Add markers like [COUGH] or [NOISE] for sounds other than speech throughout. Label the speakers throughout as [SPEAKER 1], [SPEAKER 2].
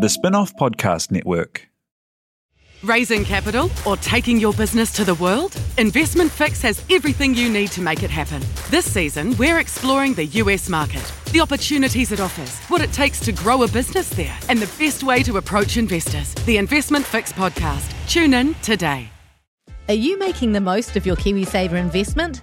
[SPEAKER 1] The Spinoff Podcast Network.
[SPEAKER 2] Raising capital or taking your business to the world? Investment Fix has everything you need to make it happen. This season, we're exploring the US market, the opportunities it offers, what it takes to grow a business there, and the best way to approach investors. The Investment Fix podcast. Tune in today.
[SPEAKER 3] Are you making the most of your KiwiSaver investment?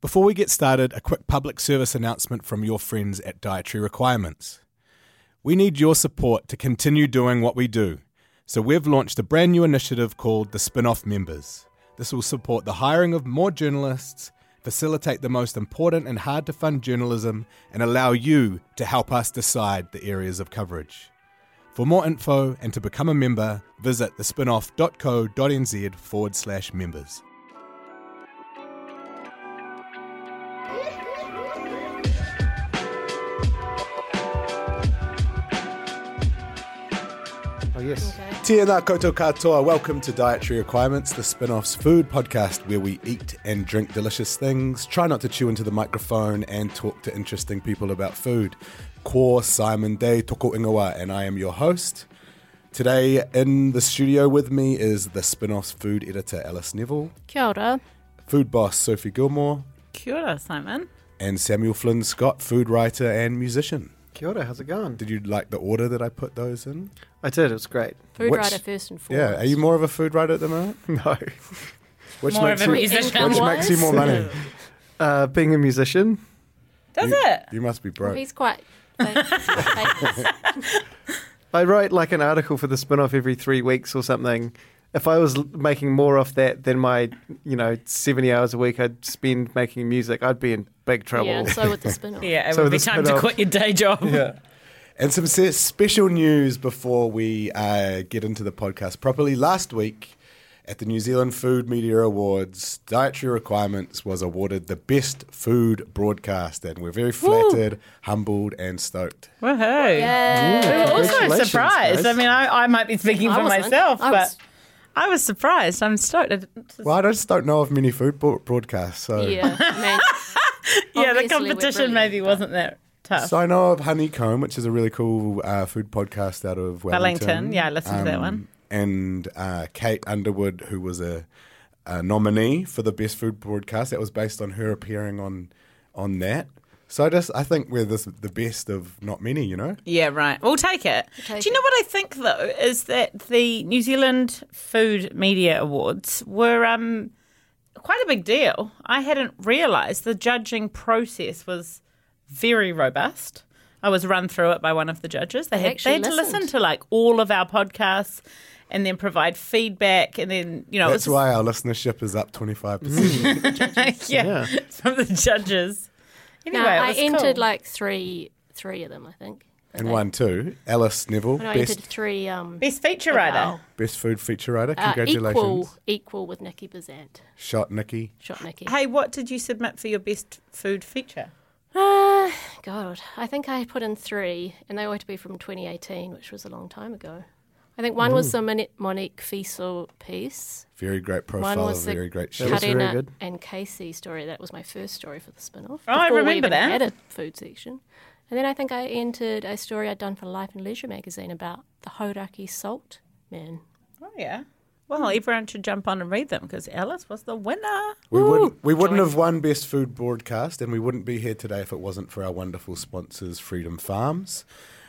[SPEAKER 4] Before we get started, a quick public service announcement from your friends at Dietary Requirements. We need your support to continue doing what we do, so we've launched a brand new initiative called the Spinoff Members. This will support the hiring of more journalists, facilitate the most important and hard to fund journalism, and allow you to help us decide the areas of coverage. For more info and to become a member, visit thespinoff.co.nz forward slash members.
[SPEAKER 5] Oh, yes.
[SPEAKER 4] Tēnā koutou katoa. Welcome to Dietary Requirements, the spin-off's food podcast where we eat and drink delicious things, try not to chew into the microphone and talk to interesting people about food. Ko Simon Day Toko Ingawa and I am your host. Today in the studio with me is the spin-off's food editor Alice Neville,
[SPEAKER 6] Kia ora.
[SPEAKER 4] food boss Sophie Gilmore,
[SPEAKER 7] Kia ora, Simon.
[SPEAKER 4] and Samuel Flynn Scott, food writer and musician.
[SPEAKER 5] Kia ora, how's it going?
[SPEAKER 4] Did you like the order that I put those in?
[SPEAKER 5] I did, it was great. [LAUGHS]
[SPEAKER 6] Food
[SPEAKER 4] Which-
[SPEAKER 6] writer first and foremost.
[SPEAKER 4] Yeah, are you more of a food writer at the
[SPEAKER 7] [LAUGHS]
[SPEAKER 4] moment?
[SPEAKER 5] No.
[SPEAKER 4] Which
[SPEAKER 7] More
[SPEAKER 4] makes
[SPEAKER 7] of a
[SPEAKER 4] you,
[SPEAKER 7] musician.
[SPEAKER 4] Which makes you
[SPEAKER 7] [LAUGHS]
[SPEAKER 4] more money?
[SPEAKER 5] Uh, being a musician,
[SPEAKER 7] Does
[SPEAKER 4] you,
[SPEAKER 7] it?
[SPEAKER 4] You must be broke.
[SPEAKER 6] He's quite.
[SPEAKER 7] [LAUGHS]
[SPEAKER 6] famous. famous.
[SPEAKER 5] I write like an article for the spin off every three weeks or something. If I was l- making more off that than my, you know, 70 hours a week I'd spend making music, I'd be in big trouble.
[SPEAKER 6] yeah, so with the spin off.
[SPEAKER 7] Yeah, it
[SPEAKER 5] So
[SPEAKER 7] would be
[SPEAKER 5] the
[SPEAKER 7] time to
[SPEAKER 5] spin-off-
[SPEAKER 7] quit your day job.
[SPEAKER 5] Yeah.
[SPEAKER 4] And some se- special news before we uh, get into the podcast properly. Last week at the New Zealand Food Media Awards, Dietary Requirements was awarded the best food broadcast, and we're very flattered, humbled, and stoked.
[SPEAKER 7] [LAUGHS] Woohoo.
[SPEAKER 6] Yeah.
[SPEAKER 7] We were also
[SPEAKER 5] Congratulations,
[SPEAKER 7] surprised.
[SPEAKER 5] guys.
[SPEAKER 7] I mean, I, I might be speaking
[SPEAKER 6] I
[SPEAKER 7] for
[SPEAKER 6] wasn't.
[SPEAKER 7] myself,
[SPEAKER 6] I
[SPEAKER 7] but
[SPEAKER 6] was-
[SPEAKER 7] I was surprised. I'm stoked. I didn't-
[SPEAKER 4] Well, I just don't know of many food bo- broadcasts,
[SPEAKER 7] [LAUGHS]
[SPEAKER 4] so.
[SPEAKER 6] Yeah, man.
[SPEAKER 7] yeah, the
[SPEAKER 6] Obviously, we're
[SPEAKER 7] competition
[SPEAKER 6] brilliant,
[SPEAKER 7] maybe
[SPEAKER 6] but-
[SPEAKER 7] wasn't that tough.
[SPEAKER 4] So I know of Honeycomb, which is a really cool uh, food podcast out of Wellington.
[SPEAKER 7] Wellington, yeah, I listened to that
[SPEAKER 5] Um,
[SPEAKER 7] one.
[SPEAKER 4] Um, And uh, Kate Underwood, who was a, a nominee for the best food broadcast, that was based on her appearing on on that. So I just I think we're this, the best of not many, you know.
[SPEAKER 7] Yeah, right. We'll take it.
[SPEAKER 6] take
[SPEAKER 7] Do you know
[SPEAKER 6] it.
[SPEAKER 7] what I think though is that the New Zealand Food Media Awards were um, quite a big deal. I hadn't realised the judging process was very robust. I was run through it by one of the judges. They had, they
[SPEAKER 6] actually
[SPEAKER 7] had to listen
[SPEAKER 6] listened.
[SPEAKER 7] to like all of our podcasts and then provide feedback and then you know
[SPEAKER 4] That's
[SPEAKER 7] it was
[SPEAKER 4] why our listenership is up twenty five
[SPEAKER 7] Mm.
[SPEAKER 4] percent.
[SPEAKER 7] just, [LAUGHS] yeah, from the judges. Anyway,
[SPEAKER 6] No,
[SPEAKER 7] it
[SPEAKER 6] I
[SPEAKER 7] was
[SPEAKER 6] entered
[SPEAKER 7] cool.
[SPEAKER 6] like three, three of them, I think.
[SPEAKER 4] [LAUGHS] And one too, Alice Neville,
[SPEAKER 6] No, I entered
[SPEAKER 4] best
[SPEAKER 6] three. Um,
[SPEAKER 7] best feature writer.
[SPEAKER 4] best food feature writer.
[SPEAKER 6] uh,
[SPEAKER 4] Congratulations,
[SPEAKER 6] equal, equal with Nikki Bazant.
[SPEAKER 4] shot Nikki.
[SPEAKER 6] Shot Nikki.
[SPEAKER 7] Hey, what did you submit for your best food feature?
[SPEAKER 6] Uh, God, I think I put in three, and they were to be from 2018, which was a long time ago. I think one
[SPEAKER 4] Mm.
[SPEAKER 6] was the Moni- Monique Fiesel piece.
[SPEAKER 4] Very great
[SPEAKER 6] One
[SPEAKER 4] profile,
[SPEAKER 6] was the
[SPEAKER 4] very great
[SPEAKER 5] That was
[SPEAKER 4] shot.
[SPEAKER 5] very
[SPEAKER 6] Karina
[SPEAKER 5] good.
[SPEAKER 6] and Casey story. That was my first story for the spin off.
[SPEAKER 7] Oh, I remember that.
[SPEAKER 6] had a food section. And then I think I entered a story I'd done for Life and Leisure magazine about the Hodaki salt man.
[SPEAKER 7] Oh yeah. Well, everyone should jump on and read them because Alice was the winner.
[SPEAKER 4] We wouldn't, we wouldn't have won Best Food Broadcast, and we wouldn't be here today if it wasn't for our wonderful sponsors, Freedom Farms.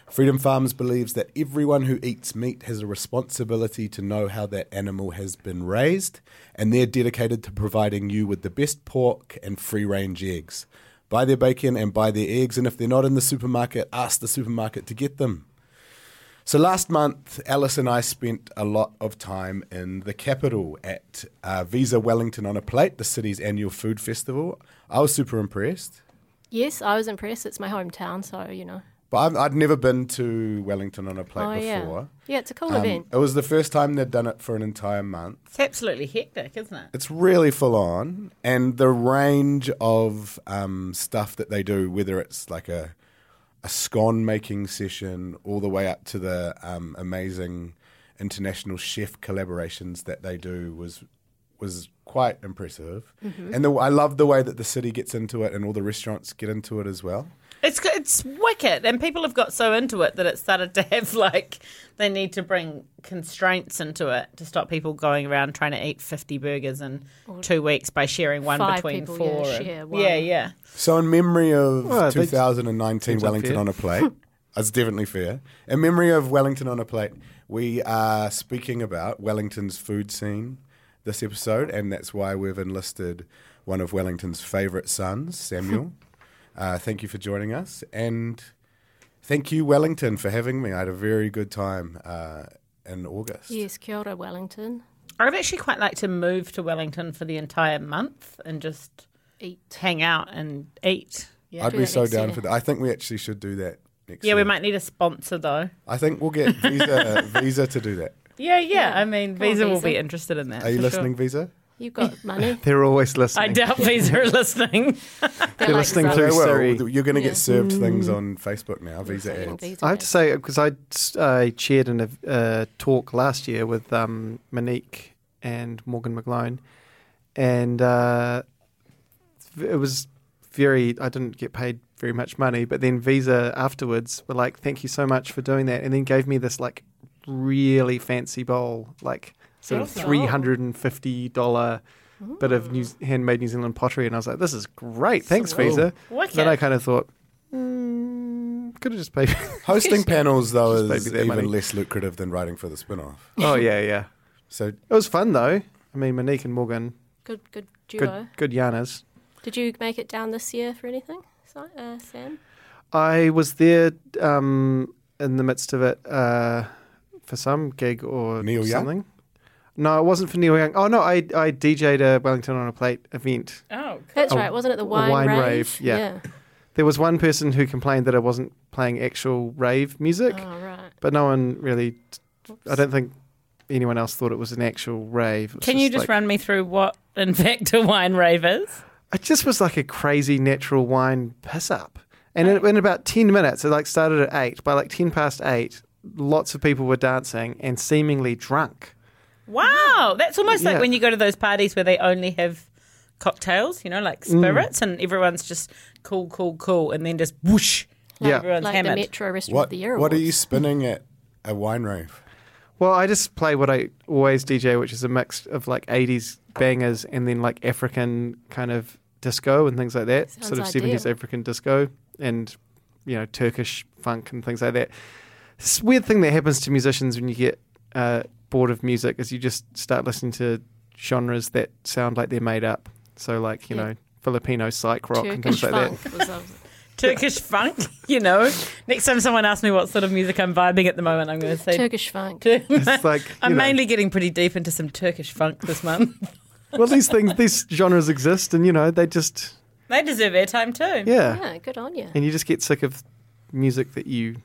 [SPEAKER 4] Freedom Farms believes that everyone who eats meat has a responsibility to know how that animal has been raised, and they're dedicated to providing you with the best pork and free range eggs. Buy their bacon and buy their eggs, and if they're not in the supermarket, ask the supermarket to get them. So last month, Alice and I spent a lot of time in the capital at uh, Visa Wellington on a Plate, the city's annual food festival. I was super impressed.
[SPEAKER 6] Yes, I was impressed. It's my hometown, so, you know,
[SPEAKER 4] But I've, I'd never been to Wellington on a plate
[SPEAKER 6] oh yeah,
[SPEAKER 4] before.
[SPEAKER 6] yeah, it's a cool
[SPEAKER 4] Um,
[SPEAKER 5] uh,
[SPEAKER 6] event.
[SPEAKER 4] it was the first time they'd done it for an entire month.
[SPEAKER 7] It's absolutely hectic, isn't it?
[SPEAKER 4] It's really full on, and the range of um, stuff that they do, whether it's like a a scone making session, all the way up to the um, amazing international chef collaborations that they do, was was quite impressive. And the, I love the way that the city gets into it, and all the restaurants get into it as well.
[SPEAKER 7] It's go- it's wicked, and people have got so into it that it started to have [LAUGHS] like they need to bring constraints into it to stop people going around trying to eat fifty burgers in two weeks by sharing one
[SPEAKER 6] Five
[SPEAKER 7] between
[SPEAKER 6] people, yeah,
[SPEAKER 7] four. and-
[SPEAKER 6] share one.
[SPEAKER 7] yeah, yeah.
[SPEAKER 4] So, in memory of
[SPEAKER 5] Well, they-
[SPEAKER 4] 2019
[SPEAKER 5] Seems
[SPEAKER 4] Wellington
[SPEAKER 5] unfair.
[SPEAKER 4] on a
[SPEAKER 5] [LAUGHS]
[SPEAKER 4] plate, that's definitely fair. In memory of Wellington on a plate, we are speaking about Wellington's food scene this episode, and that's why we've enlisted one of Wellington's favourite sons,
[SPEAKER 5] [LAUGHS]
[SPEAKER 4] Samuel. uh, thank you for joining us, and thank you, Wellington, for having me. I had a very good time uh, in August.
[SPEAKER 6] Yes, kia ora, Wellington.
[SPEAKER 7] I'd actually quite like to move to Wellington for the entire month and just
[SPEAKER 6] Eat.
[SPEAKER 7] hang out and eat.
[SPEAKER 6] Yeah,
[SPEAKER 4] I'd
[SPEAKER 6] do
[SPEAKER 4] be
[SPEAKER 6] that
[SPEAKER 4] so
[SPEAKER 6] next
[SPEAKER 4] down
[SPEAKER 6] year.
[SPEAKER 4] for that. I think we actually should do that next
[SPEAKER 7] Yeah,
[SPEAKER 4] year.
[SPEAKER 7] we might need a sponsor though.
[SPEAKER 4] I think we'll
[SPEAKER 7] [LAUGHS]
[SPEAKER 4] get Visa, Visa to do that.
[SPEAKER 7] Yeah, yeah. I mean,
[SPEAKER 6] Come on,
[SPEAKER 7] Visa will
[SPEAKER 6] Visa.
[SPEAKER 7] be interested in that.
[SPEAKER 4] Are you
[SPEAKER 7] for sure.
[SPEAKER 4] listening, Visa?
[SPEAKER 6] You've
[SPEAKER 5] [LAUGHS]
[SPEAKER 6] got money.
[SPEAKER 5] They're always listening.
[SPEAKER 7] I doubt Visa [LAUGHS] are listening.
[SPEAKER 6] They're
[SPEAKER 5] They're
[SPEAKER 6] like
[SPEAKER 5] listening to
[SPEAKER 6] Zara.
[SPEAKER 4] Okay, well,
[SPEAKER 5] Siri.
[SPEAKER 4] th- you're going to
[SPEAKER 6] Yeah.
[SPEAKER 4] get served things on Facebook now, Visa
[SPEAKER 6] Fucking
[SPEAKER 4] ads.
[SPEAKER 6] Visa
[SPEAKER 5] I have to
[SPEAKER 6] ads.
[SPEAKER 5] say uh, because I I chaired in a uh, talk last year with um, Monique and Morgan McGlone, and uh, it was very. I didn't get paid very much money, but then Visa afterwards were like, "Thank you so much for doing that," and then gave me this like really fancy bowl, like sort of
[SPEAKER 6] Fancy bowl.
[SPEAKER 5] three hundred and fifty dollar. Bit of New, handmade New Zealand pottery, and I was like, "This is great, thanks, Visa."
[SPEAKER 7] Wicked.
[SPEAKER 5] Then I kind of thought, mm, "Could have just paid." [LAUGHS]
[SPEAKER 6] [LAUGHS]
[SPEAKER 4] Hosting panels, though,
[SPEAKER 5] Just
[SPEAKER 4] is
[SPEAKER 5] maybe their
[SPEAKER 4] even
[SPEAKER 5] money.
[SPEAKER 4] less lucrative than writing for the spin off.
[SPEAKER 5] Oh yeah, yeah.
[SPEAKER 4] So,
[SPEAKER 5] It was fun though. I mean, Monique and Morgan,
[SPEAKER 6] Good, good duo.
[SPEAKER 5] good, good yarners.
[SPEAKER 6] Did you make it down this year for anything, Si- uh, Sam?
[SPEAKER 5] I was there um, in the midst of it uh, for some gig or
[SPEAKER 4] Neil Young?
[SPEAKER 5] something. No, it wasn't for Neil Young. Oh no, I I DJ'd a Wellington on a Plate event.
[SPEAKER 7] Oh, cool.
[SPEAKER 6] That's
[SPEAKER 5] A-
[SPEAKER 6] right. Wasn't it the
[SPEAKER 5] a
[SPEAKER 6] wine,
[SPEAKER 5] wine
[SPEAKER 6] rave?
[SPEAKER 5] rave, yeah. There was one person who complained that I wasn't playing actual rave music,
[SPEAKER 6] Oh right.
[SPEAKER 5] but no one really. I don't think anyone else thought it was an actual rave. It was
[SPEAKER 7] Can you just
[SPEAKER 5] like-
[SPEAKER 7] run me through what, in fact, a wine rave is?
[SPEAKER 5] it just was like a crazy natural wine piss up. And in, in about 10 minutes, it like started at 8. By like 10 past 8, lots of people were dancing and seemingly drunk.
[SPEAKER 7] Wow, that's almost like
[SPEAKER 5] Yeah.
[SPEAKER 7] when you go to those parties where they only have cocktails, you know, like spirits, and everyone's just cool, cool, cool, and then just whoosh,
[SPEAKER 5] Yeah.
[SPEAKER 7] everyone's
[SPEAKER 6] like
[SPEAKER 7] hammered.
[SPEAKER 6] the Metro Restaurant of
[SPEAKER 4] what,
[SPEAKER 6] the Year
[SPEAKER 4] what are
[SPEAKER 6] Awards. [LAUGHS]
[SPEAKER 4] you spinning at a wine rave?
[SPEAKER 5] Well, I just play what I always DJ, which is a mix of like 80s bangers and then like African kind of disco and things like that.
[SPEAKER 6] Sounds
[SPEAKER 5] sort of
[SPEAKER 6] ideal.
[SPEAKER 5] 70s African disco and, you know, Turkish funk and things like that. This weird thing that happens to musicians when you get uh, bored of music is you just start listening to genres that sound like they're made up. So, like, you
[SPEAKER 6] Yeah.
[SPEAKER 5] know, Filipino psych rock and
[SPEAKER 6] Turkish
[SPEAKER 5] things like
[SPEAKER 6] funk
[SPEAKER 5] that.
[SPEAKER 6] was
[SPEAKER 7] [LAUGHS]
[SPEAKER 6] a-
[SPEAKER 7] Turkish funk, you know. Next time someone asks me what sort of music I'm vibing at the moment, I'm going to say.
[SPEAKER 6] Turkish funk.
[SPEAKER 5] It's like,
[SPEAKER 6] [LAUGHS]
[SPEAKER 5] you
[SPEAKER 7] [LAUGHS] I'm
[SPEAKER 5] know,
[SPEAKER 7] mainly getting pretty deep into some Turkish funk this month.
[SPEAKER 5] well, these things, these genres exist, and you know, they just,
[SPEAKER 7] they deserve airtime too.
[SPEAKER 6] Yeah, good on you.
[SPEAKER 5] and you just get sick of music that you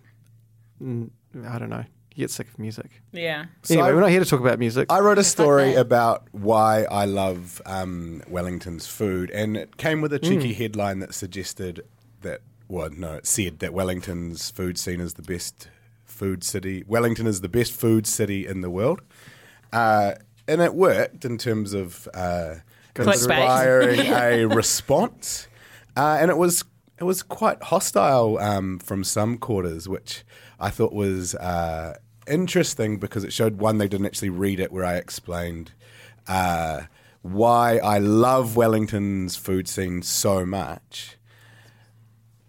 [SPEAKER 5] mm, i don't know you get sick of music
[SPEAKER 7] Yeah.
[SPEAKER 5] anyway
[SPEAKER 4] I-
[SPEAKER 5] we're not here to talk about music
[SPEAKER 4] I wrote a story
[SPEAKER 6] that.
[SPEAKER 4] about why I love um, Wellington's food, and it came with a
[SPEAKER 5] Mm.
[SPEAKER 4] cheeky headline that suggested that, well, no, it said that Wellington's food scene is the best food city. Wellington is the best food city in the world, uh, and it worked in terms of uh,
[SPEAKER 7] Clickbait.
[SPEAKER 4] inspiring a response, uh, and it was it was quite hostile um, from some quarters, which I thought was uh, interesting because it showed one they didn't actually read it, where I explained uh, why I love Wellington's food scene so much,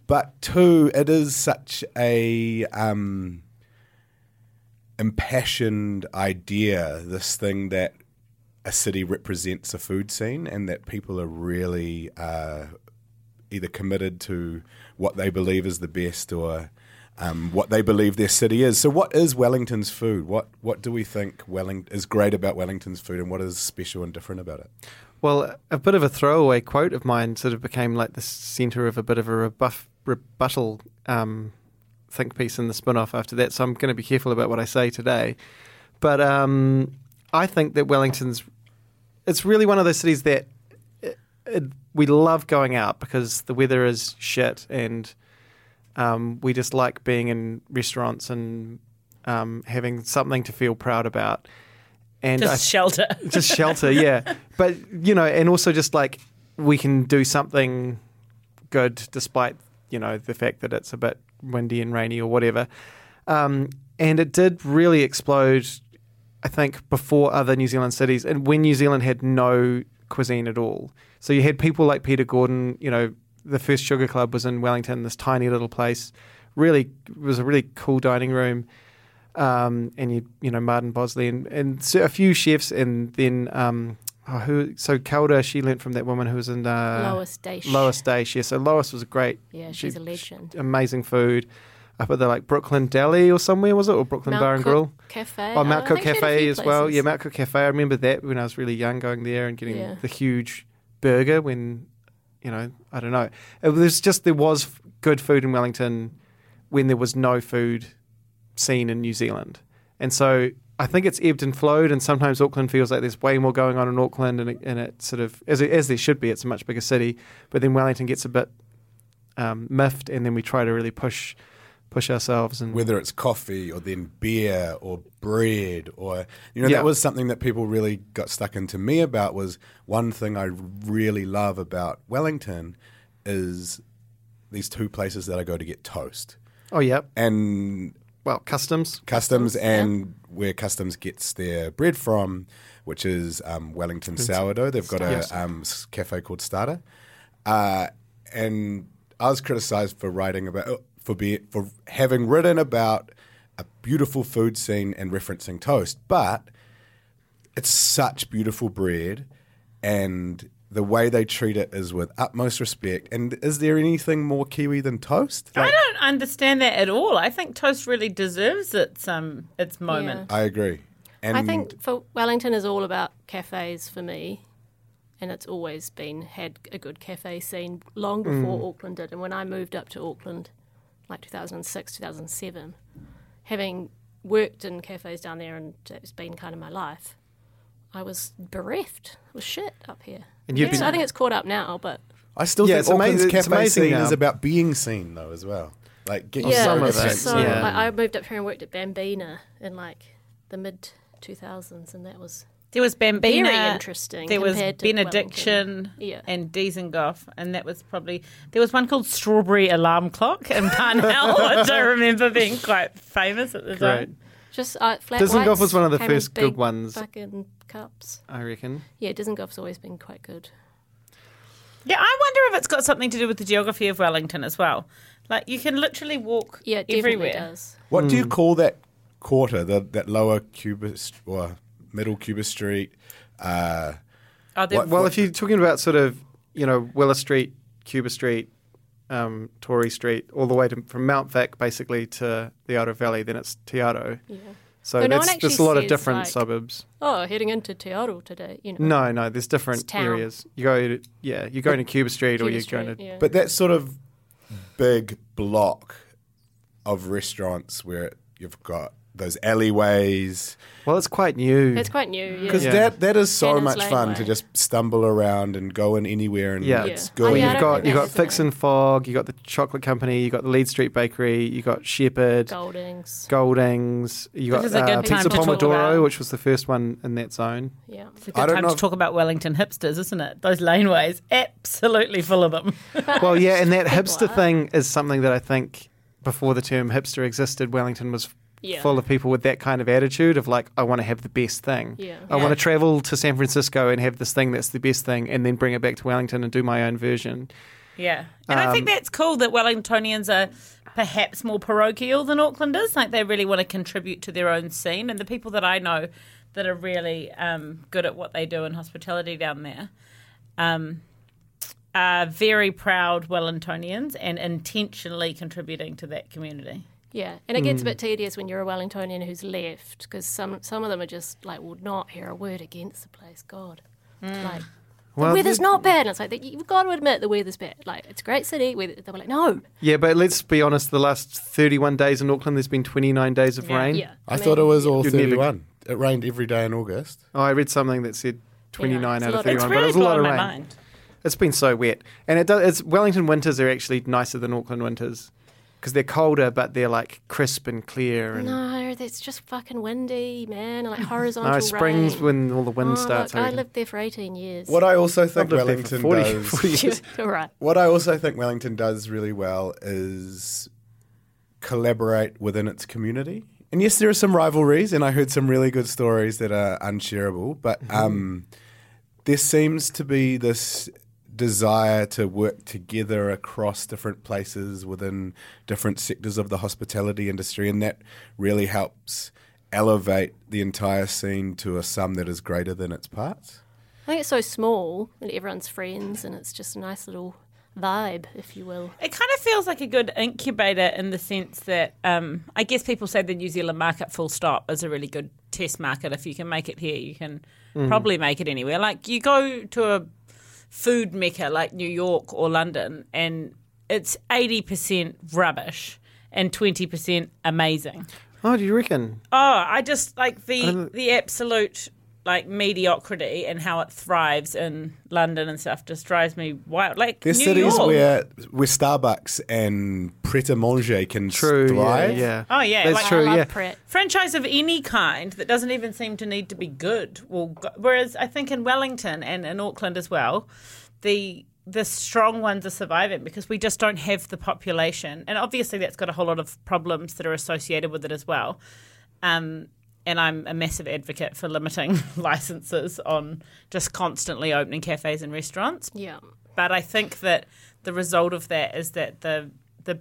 [SPEAKER 4] but two, it is such a um, impassioned idea, this thing that a city represents a food scene and that people are really uh, either committed to what they believe is the best or um, what they believe their city is. So, what is Wellington's food? What what do we think Welling- is great about Wellington's food, and what is special and different about it?
[SPEAKER 5] well a bit of a throwaway quote of mine sort of became like the center of a bit of a rebuff, rebuttal um, think piece in the spin off after that, so I'm going to be careful about what I say today. But um, I think that Wellington's it's really one of those cities that it, it, we love going out because the weather is shit and um, we just like being in restaurants and um, having something to feel proud about. And
[SPEAKER 7] Just
[SPEAKER 5] I-
[SPEAKER 7] shelter.
[SPEAKER 5] just shelter, yeah. But you know, and also just like we can do something good despite you know the fact that it's a bit windy and rainy or whatever. Um, and it did really explode, I think, before other New Zealand cities, and when New Zealand had no cuisine at all. So you had people like Peter Gordon. You know, the first Sugar Club was in Wellington, this tiny little place. Really it was a really cool dining room um, and you you know Martin Bosley and, and so a few chefs, and then um, oh, who so Kelda she learnt from that woman who was in uh,
[SPEAKER 6] Lois Daish.
[SPEAKER 5] Lois Daish, yeah. So Lois was a great,
[SPEAKER 6] Yeah, she's a legend.
[SPEAKER 5] amazing food. Up at the like Brooklyn Deli or somewhere was it or Brooklyn
[SPEAKER 6] Mount
[SPEAKER 5] Bar and
[SPEAKER 6] Cook
[SPEAKER 5] Grill?
[SPEAKER 6] Cafe.
[SPEAKER 5] Oh,
[SPEAKER 6] I
[SPEAKER 5] Mount Cook
[SPEAKER 6] think she had a
[SPEAKER 5] Cafe
[SPEAKER 6] few
[SPEAKER 5] as well.
[SPEAKER 6] places.
[SPEAKER 5] Yeah, Mount Cook Cafe. I remember that when I was really young, going there and getting
[SPEAKER 6] Yeah.
[SPEAKER 5] the huge burger. When you know, I don't know. It was just there was f- good food in Wellington when there was no food scene in New Zealand, and so I think it's ebbed and flowed. And sometimes Auckland feels like there's way more going on in Auckland, and it, and it sort of as it, as there should be. It's a much bigger city, but then Wellington gets a bit um, miffed, and then we try to really push push ourselves and
[SPEAKER 4] whether it's coffee or then beer or bread or you know
[SPEAKER 5] Yeah.
[SPEAKER 4] that was something that people really got stuck into me about was one thing I really love about Wellington is these two places that I go to get toast
[SPEAKER 5] oh yeah,
[SPEAKER 4] and
[SPEAKER 5] well customs.
[SPEAKER 4] customs and where customs gets their bread from, which is um, Wellington sourdough. They've got
[SPEAKER 5] Yes.
[SPEAKER 4] a um, s- cafe called Starter, uh, and I was criticised for writing about oh, for be, for having written about a beautiful food scene and referencing toast, but it's such beautiful bread and. The way they treat it is with utmost respect. And is there anything more Kiwi than toast?
[SPEAKER 7] I don't understand that at all. I think toast really deserves its um its moment.
[SPEAKER 4] I agree. And
[SPEAKER 6] I think for Wellington is all about cafes for me, and it's always been had a good cafe scene long
[SPEAKER 5] Mm.
[SPEAKER 6] before Auckland did. And when I moved up to Auckland, like 2006, 2007, having worked in cafes down there and it's been kind of my life, I was bereft. It was shit up here.
[SPEAKER 5] And you've
[SPEAKER 6] So
[SPEAKER 5] been-
[SPEAKER 6] I think it's caught up now, but
[SPEAKER 4] I still
[SPEAKER 5] Yeah,
[SPEAKER 4] think
[SPEAKER 5] it's
[SPEAKER 4] Auckland's
[SPEAKER 5] amazing- it's
[SPEAKER 4] cafe
[SPEAKER 5] amazing
[SPEAKER 4] scene
[SPEAKER 5] now.
[SPEAKER 4] is about being seen though as well. Like get
[SPEAKER 6] yeah,
[SPEAKER 5] some of
[SPEAKER 6] it's
[SPEAKER 5] it,
[SPEAKER 6] just so.
[SPEAKER 5] yeah.
[SPEAKER 6] Like, I moved up here and worked at Bambina in like the mid 2000s, and that was
[SPEAKER 7] There was Bambina.
[SPEAKER 6] Very interesting
[SPEAKER 7] There was
[SPEAKER 6] compared to
[SPEAKER 7] Benediction
[SPEAKER 6] Wellington. Yeah.
[SPEAKER 7] and Dizengoff, and that was probably there was one called Strawberry Alarm Clock in [LAUGHS] Parnell, which I remember being quite famous at the
[SPEAKER 5] Right.
[SPEAKER 7] time.
[SPEAKER 6] Just uh, flat
[SPEAKER 5] Dizengoff
[SPEAKER 6] whites
[SPEAKER 5] was one of the
[SPEAKER 6] came in
[SPEAKER 5] first good
[SPEAKER 6] big
[SPEAKER 5] ones.
[SPEAKER 6] Fucking cups.
[SPEAKER 5] I reckon.
[SPEAKER 6] Yeah, Dizengoff's always been quite good.
[SPEAKER 7] Yeah, I wonder if it's got something to do with the geography of Wellington as well. Like you can literally walk
[SPEAKER 6] Yeah, it definitely
[SPEAKER 7] everywhere.
[SPEAKER 6] does.
[SPEAKER 4] What do you
[SPEAKER 5] Mm.
[SPEAKER 4] call that quarter? The, that lower Cuba st- or middle Cuba Street. Uh,
[SPEAKER 7] Oh, there-
[SPEAKER 4] What-
[SPEAKER 5] Well, if you're talking about sort of, you know, Willow Street, Cuba Street, um, Torrey Street, all the way to, from Mount Vic basically to the Outer Valley, then it's Te Aro. Yeah. So
[SPEAKER 6] But no one
[SPEAKER 5] that's
[SPEAKER 6] actually
[SPEAKER 5] there's a lot of
[SPEAKER 6] says,
[SPEAKER 5] different
[SPEAKER 6] like-
[SPEAKER 5] suburbs.
[SPEAKER 6] Oh, heading into Te Aro today, you know.
[SPEAKER 5] No, no, there's different
[SPEAKER 6] It's town.
[SPEAKER 5] areas. You go, to, yeah, you're going to Cuba Street or
[SPEAKER 6] Cuba
[SPEAKER 5] you're going
[SPEAKER 6] Street,
[SPEAKER 5] to.
[SPEAKER 6] yeah.
[SPEAKER 4] But that sort of big block of restaurants where you've got those alleyways.
[SPEAKER 5] Well, it's quite new.
[SPEAKER 6] it's quite new. Yeah.
[SPEAKER 4] Because
[SPEAKER 5] Yeah.
[SPEAKER 4] that that is so
[SPEAKER 6] Cannon's
[SPEAKER 4] much
[SPEAKER 6] Lane
[SPEAKER 4] fun
[SPEAKER 6] Way.
[SPEAKER 4] to just stumble around and go in anywhere and
[SPEAKER 5] Yeah.
[SPEAKER 4] it's
[SPEAKER 6] Yeah.
[SPEAKER 4] good.
[SPEAKER 6] Oh, yeah, I
[SPEAKER 5] you've
[SPEAKER 6] don't
[SPEAKER 5] got
[SPEAKER 6] think
[SPEAKER 5] you've
[SPEAKER 6] that
[SPEAKER 5] got
[SPEAKER 6] is a
[SPEAKER 5] Fix
[SPEAKER 6] name.
[SPEAKER 5] and Fog, you've got the Chocolate Company, you've got the Lead Street Bakery, you've got Shepherd,
[SPEAKER 6] Goldings.
[SPEAKER 5] Goldings, you got
[SPEAKER 7] This is a good
[SPEAKER 5] uh,
[SPEAKER 7] time
[SPEAKER 5] Pizza
[SPEAKER 7] to talk
[SPEAKER 5] Pomodoro,
[SPEAKER 7] about-
[SPEAKER 5] which was the first one in that zone.
[SPEAKER 6] Yeah.
[SPEAKER 7] It's a
[SPEAKER 4] I
[SPEAKER 7] good
[SPEAKER 4] don't
[SPEAKER 7] time
[SPEAKER 4] know
[SPEAKER 7] to
[SPEAKER 4] if-
[SPEAKER 7] talk about Wellington hipsters, isn't it? Those laneways, absolutely full of them.
[SPEAKER 5] Well, yeah, and that
[SPEAKER 6] People
[SPEAKER 5] hipster
[SPEAKER 6] are.
[SPEAKER 5] thing is something that I think before the term hipster existed, Wellington was
[SPEAKER 6] Yeah.
[SPEAKER 5] full of people with that kind of attitude of like, I want to have the best thing.
[SPEAKER 6] Yeah.
[SPEAKER 5] I want to travel to San Francisco and have this thing that's the best thing, and then bring it back to Wellington and do my own version.
[SPEAKER 7] Yeah. And I think
[SPEAKER 5] Um,
[SPEAKER 7] that's cool that Wellingtonians are perhaps more parochial than Aucklanders. Like they really want to contribute to their own scene. And the people that I know that are really um, good at what they do in hospitality down there um, are very proud Wellingtonians and intentionally contributing to that community.
[SPEAKER 6] Yeah, and it gets a
[SPEAKER 5] Hmm.
[SPEAKER 6] bit tedious when you're a Wellingtonian who's left because some some of them are just like, will not hear a word against the place. God, like the weather's not bad. And it's like, you've got to admit the weather's bad. Like, it's a great city. Weather, they were like, no.
[SPEAKER 5] Yeah, but let's be honest. The last 31 days in Auckland, there's been 29 days of rain.
[SPEAKER 6] Yeah.
[SPEAKER 4] I, thought it was all
[SPEAKER 5] You'd never-
[SPEAKER 4] 31. It rained every day in August.
[SPEAKER 5] Oh, I read something that said
[SPEAKER 6] it's
[SPEAKER 5] 29
[SPEAKER 6] a
[SPEAKER 5] out of
[SPEAKER 6] lot of-
[SPEAKER 7] It's
[SPEAKER 5] 31, but it
[SPEAKER 7] really
[SPEAKER 5] was a lot
[SPEAKER 7] blowing
[SPEAKER 5] of
[SPEAKER 7] my
[SPEAKER 5] rain.
[SPEAKER 7] mind.
[SPEAKER 5] It's been so wet, and it does, it's Wellington winters are actually nicer than Auckland winters because they're colder, but they're like crisp and clear. And
[SPEAKER 6] No, it's just fucking windy, man. And like
[SPEAKER 5] [LAUGHS]
[SPEAKER 6] horizontal
[SPEAKER 5] No, springs
[SPEAKER 6] rain.
[SPEAKER 5] when all the wind
[SPEAKER 6] Oh,
[SPEAKER 5] starts.
[SPEAKER 6] Look, I
[SPEAKER 5] hurting.
[SPEAKER 6] lived there for 18 years. [LAUGHS]
[SPEAKER 4] What I also
[SPEAKER 5] I've
[SPEAKER 4] think
[SPEAKER 5] lived there
[SPEAKER 4] Wellington
[SPEAKER 5] for 40,
[SPEAKER 4] does.
[SPEAKER 5] 40 years.
[SPEAKER 6] All right.
[SPEAKER 4] [LAUGHS] What I also think Wellington does really well is collaborate within its community. And yes, there are some rivalries, and I heard some really good stories that are unshareable, but
[SPEAKER 5] Mm-hmm.
[SPEAKER 4] um, there seems to be this desire to work together across different places within different sectors of the hospitality industry, and that really helps elevate the entire scene to a sum that is greater than its parts.
[SPEAKER 6] I think it's so small and everyone's friends and it's just a nice little vibe, if you will.
[SPEAKER 7] It kind of feels like a good incubator in the sense that um, I guess people say the New Zealand market, full stop, is a really good test market. If you can make it here, you can
[SPEAKER 4] Mm.
[SPEAKER 7] probably make it anywhere. Like you go to a food mecca like New York or London, and it's 80% rubbish and 20% amazing.
[SPEAKER 5] Oh, do you reckon?
[SPEAKER 7] Oh, I just like the the absolute like mediocrity and how it thrives in London and stuff just drives me wild. Like
[SPEAKER 4] There's
[SPEAKER 7] New
[SPEAKER 4] cities
[SPEAKER 7] York.
[SPEAKER 4] where where Starbucks and Pret a Manger can
[SPEAKER 5] True. Yeah,
[SPEAKER 4] thrive.
[SPEAKER 5] yeah. Uh,
[SPEAKER 7] Oh yeah,
[SPEAKER 5] That's
[SPEAKER 7] like,
[SPEAKER 5] true.
[SPEAKER 6] I love
[SPEAKER 5] yeah.
[SPEAKER 6] Pret.
[SPEAKER 7] franchise of any kind that doesn't even seem to need to be good. Well, go, whereas I think in Wellington and in Auckland as well, the the strong ones are surviving because we just don't have the population, and obviously that's got a whole lot of problems that are associated with it as well. Um, and I'm a massive advocate for limiting [LAUGHS] licenses on just constantly opening cafes and restaurants.
[SPEAKER 6] Yeah.
[SPEAKER 7] But I think that the result of that is that the the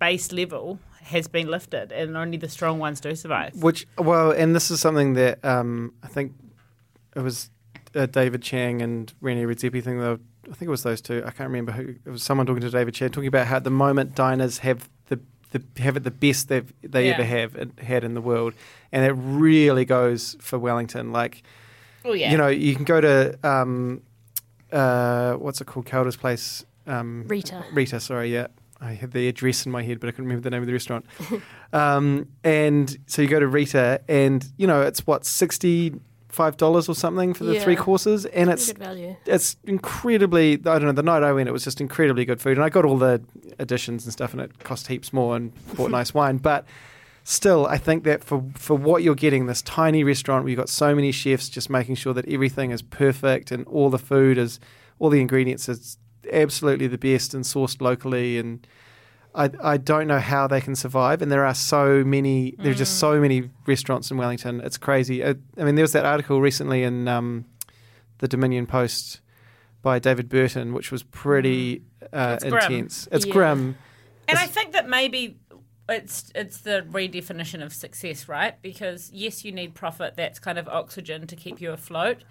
[SPEAKER 7] base level has been lifted, and only the strong ones do survive.
[SPEAKER 5] Which well, and this is something that um, I think it was uh, David Chang and Renee Redzepi thing. Though I think it was those two. I can't remember who. It was someone talking to David Chang talking about how at the moment diners have the, the have it the best they've they
[SPEAKER 7] Yeah.
[SPEAKER 5] ever have had in the world, and it really goes for Wellington. Like
[SPEAKER 7] Oh yeah,
[SPEAKER 5] you know, you can go to um, uh, what's it called, Calder's place. Um,
[SPEAKER 6] Rita.
[SPEAKER 5] Rita, sorry, yeah. I had the address in my head, but I couldn't remember the name of the restaurant. [LAUGHS] um, and so you go to Rita, and you know it's what sixty five dollars or something for the
[SPEAKER 6] Yeah.
[SPEAKER 5] three courses, and it's
[SPEAKER 6] Good value.
[SPEAKER 5] it's incredibly. I don't know. The night I went, it was just incredibly good food, and I got all the additions and stuff, and it cost heaps more, and bought nice [LAUGHS] wine. But still, I think that for for what you're getting, this tiny restaurant where you've got so many chefs just making sure that everything is perfect and all the food is, all the ingredients is absolutely the best and sourced locally and. I, I don't know how they can survive, and there are so many. There are just
[SPEAKER 7] Mm.
[SPEAKER 5] so many restaurants in Wellington. It's crazy. I, I mean, there was that article recently in um, the Dominion Post by David Burton, which was pretty
[SPEAKER 7] Mm.
[SPEAKER 5] uh,
[SPEAKER 7] It's grim.
[SPEAKER 5] intense. It's
[SPEAKER 6] Yeah.
[SPEAKER 5] grim.
[SPEAKER 7] and I think that maybe it's it's the redefinition of success, right? Because yes, you need profit. That's kind of oxygen to keep you afloat.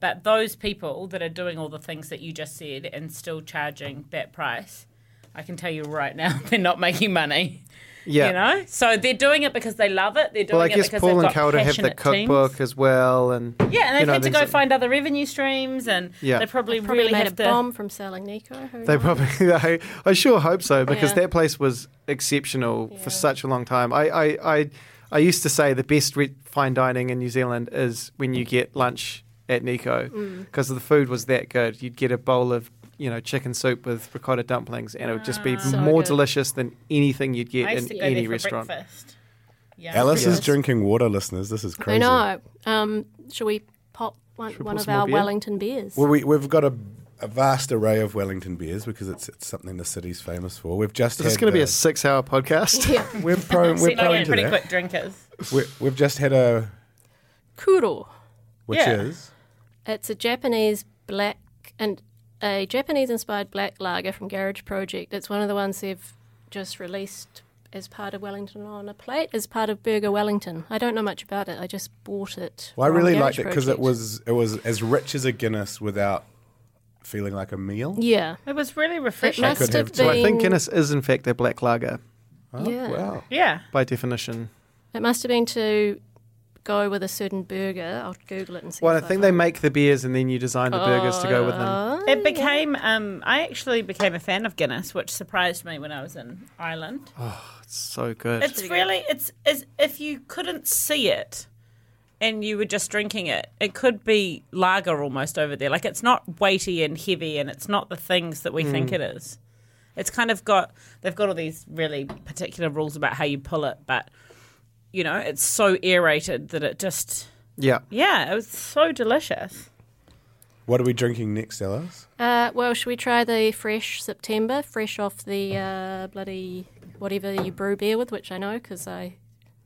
[SPEAKER 7] But those people that are doing all the things that you just said and still charging that price, I can tell you right now, [LAUGHS] they're not making money.
[SPEAKER 5] Yeah.
[SPEAKER 7] You know, so they're doing it because they love it. They're doing
[SPEAKER 5] well, I
[SPEAKER 7] it
[SPEAKER 5] guess
[SPEAKER 7] because
[SPEAKER 5] Paul
[SPEAKER 7] they've
[SPEAKER 5] and
[SPEAKER 7] got
[SPEAKER 5] Calder have the
[SPEAKER 7] passionate teams.
[SPEAKER 5] cookbook as well, and
[SPEAKER 7] Yeah, and they've
[SPEAKER 5] you know,
[SPEAKER 7] had to
[SPEAKER 5] things
[SPEAKER 7] go
[SPEAKER 5] like-
[SPEAKER 7] find other revenue streams, and
[SPEAKER 5] Yeah.
[SPEAKER 7] they probably,
[SPEAKER 6] Probably
[SPEAKER 7] really
[SPEAKER 6] made
[SPEAKER 7] have
[SPEAKER 6] a
[SPEAKER 7] to.
[SPEAKER 6] bomb from selling Nico. who
[SPEAKER 5] They
[SPEAKER 6] knows?
[SPEAKER 5] probably. [LAUGHS] I, I sure hope so because
[SPEAKER 6] Yeah.
[SPEAKER 5] that place was exceptional for such a long time. I, I, I, I used to say the best re- fine dining in New Zealand is when you get lunch at Nico
[SPEAKER 7] Mm.
[SPEAKER 5] because the food was that good. You'd get a bowl of you know chicken soup with ricotta dumplings, and it would just be more
[SPEAKER 6] good.
[SPEAKER 5] delicious than anything you'd get
[SPEAKER 7] Ah, I used
[SPEAKER 5] in
[SPEAKER 7] to go
[SPEAKER 5] any
[SPEAKER 7] there for
[SPEAKER 5] restaurant.
[SPEAKER 7] breakfast. Yeah,
[SPEAKER 4] Alice is
[SPEAKER 6] Yeah.
[SPEAKER 4] drinking water, listeners. This is
[SPEAKER 6] I
[SPEAKER 4] crazy.
[SPEAKER 6] know. Um, should we pop one,
[SPEAKER 5] we
[SPEAKER 6] one
[SPEAKER 5] pour
[SPEAKER 6] of
[SPEAKER 5] some more
[SPEAKER 6] our
[SPEAKER 5] beer?
[SPEAKER 6] Wellington beers?
[SPEAKER 4] Well, we, we've got a, a vast array of Wellington beers because it's, it's something the city's famous for. We've just
[SPEAKER 5] Is this
[SPEAKER 4] had
[SPEAKER 5] going to be
[SPEAKER 4] the-
[SPEAKER 5] a six-hour podcast?
[SPEAKER 7] [LAUGHS]
[SPEAKER 4] we're prone, we're
[SPEAKER 7] See, no,
[SPEAKER 4] prone
[SPEAKER 7] yeah,
[SPEAKER 4] to
[SPEAKER 7] pretty
[SPEAKER 4] that.
[SPEAKER 7] quick drinkers.
[SPEAKER 4] we we've just had a
[SPEAKER 6] Kuro.
[SPEAKER 4] which
[SPEAKER 7] Yeah.
[SPEAKER 4] is
[SPEAKER 6] It's a Japanese black and a Japanese-inspired black lager from Garage Project. It's one of the ones they've just released as part of Wellington on a plate, as part of Burger Wellington. I don't know much about it. I just bought it.
[SPEAKER 4] Well, I
[SPEAKER 6] from
[SPEAKER 4] really liked
[SPEAKER 6] Garage
[SPEAKER 4] it because it
[SPEAKER 6] Project.
[SPEAKER 4] was it was as rich as a Guinness without feeling like a meal.
[SPEAKER 6] yeah.
[SPEAKER 7] It was really
[SPEAKER 6] It
[SPEAKER 7] refreshing.
[SPEAKER 6] must
[SPEAKER 4] could
[SPEAKER 6] have
[SPEAKER 4] have too.
[SPEAKER 6] been.
[SPEAKER 5] Well, I think Guinness is in fact a black lager
[SPEAKER 6] yeah.
[SPEAKER 4] Oh, Wow.
[SPEAKER 7] yeah.
[SPEAKER 5] by definition.
[SPEAKER 6] It must have been to go with a certain burger. I'll Google it and see.
[SPEAKER 5] Well, I
[SPEAKER 6] if
[SPEAKER 5] think they
[SPEAKER 6] find it.
[SPEAKER 5] make the beers and then you design the burgers to go with them.
[SPEAKER 7] It became. Um, I actually became a fan of Guinness, which surprised me when I was in Ireland.
[SPEAKER 5] It's so good.
[SPEAKER 7] it's really. It's as if you couldn't see it, and you were just drinking it. It could be lager almost over there. Like it's not weighty and heavy, and it's not the things that we think it is. It's kind of got. They've got all these really particular rules about how you pull it, but you know, it's so aerated that it just.
[SPEAKER 5] yeah.
[SPEAKER 7] Yeah, it was so delicious.
[SPEAKER 4] What are we drinking next, Alice?
[SPEAKER 6] Uh, well, should we try the fresh September, fresh off the uh, bloody whatever you brew beer with, which I know because I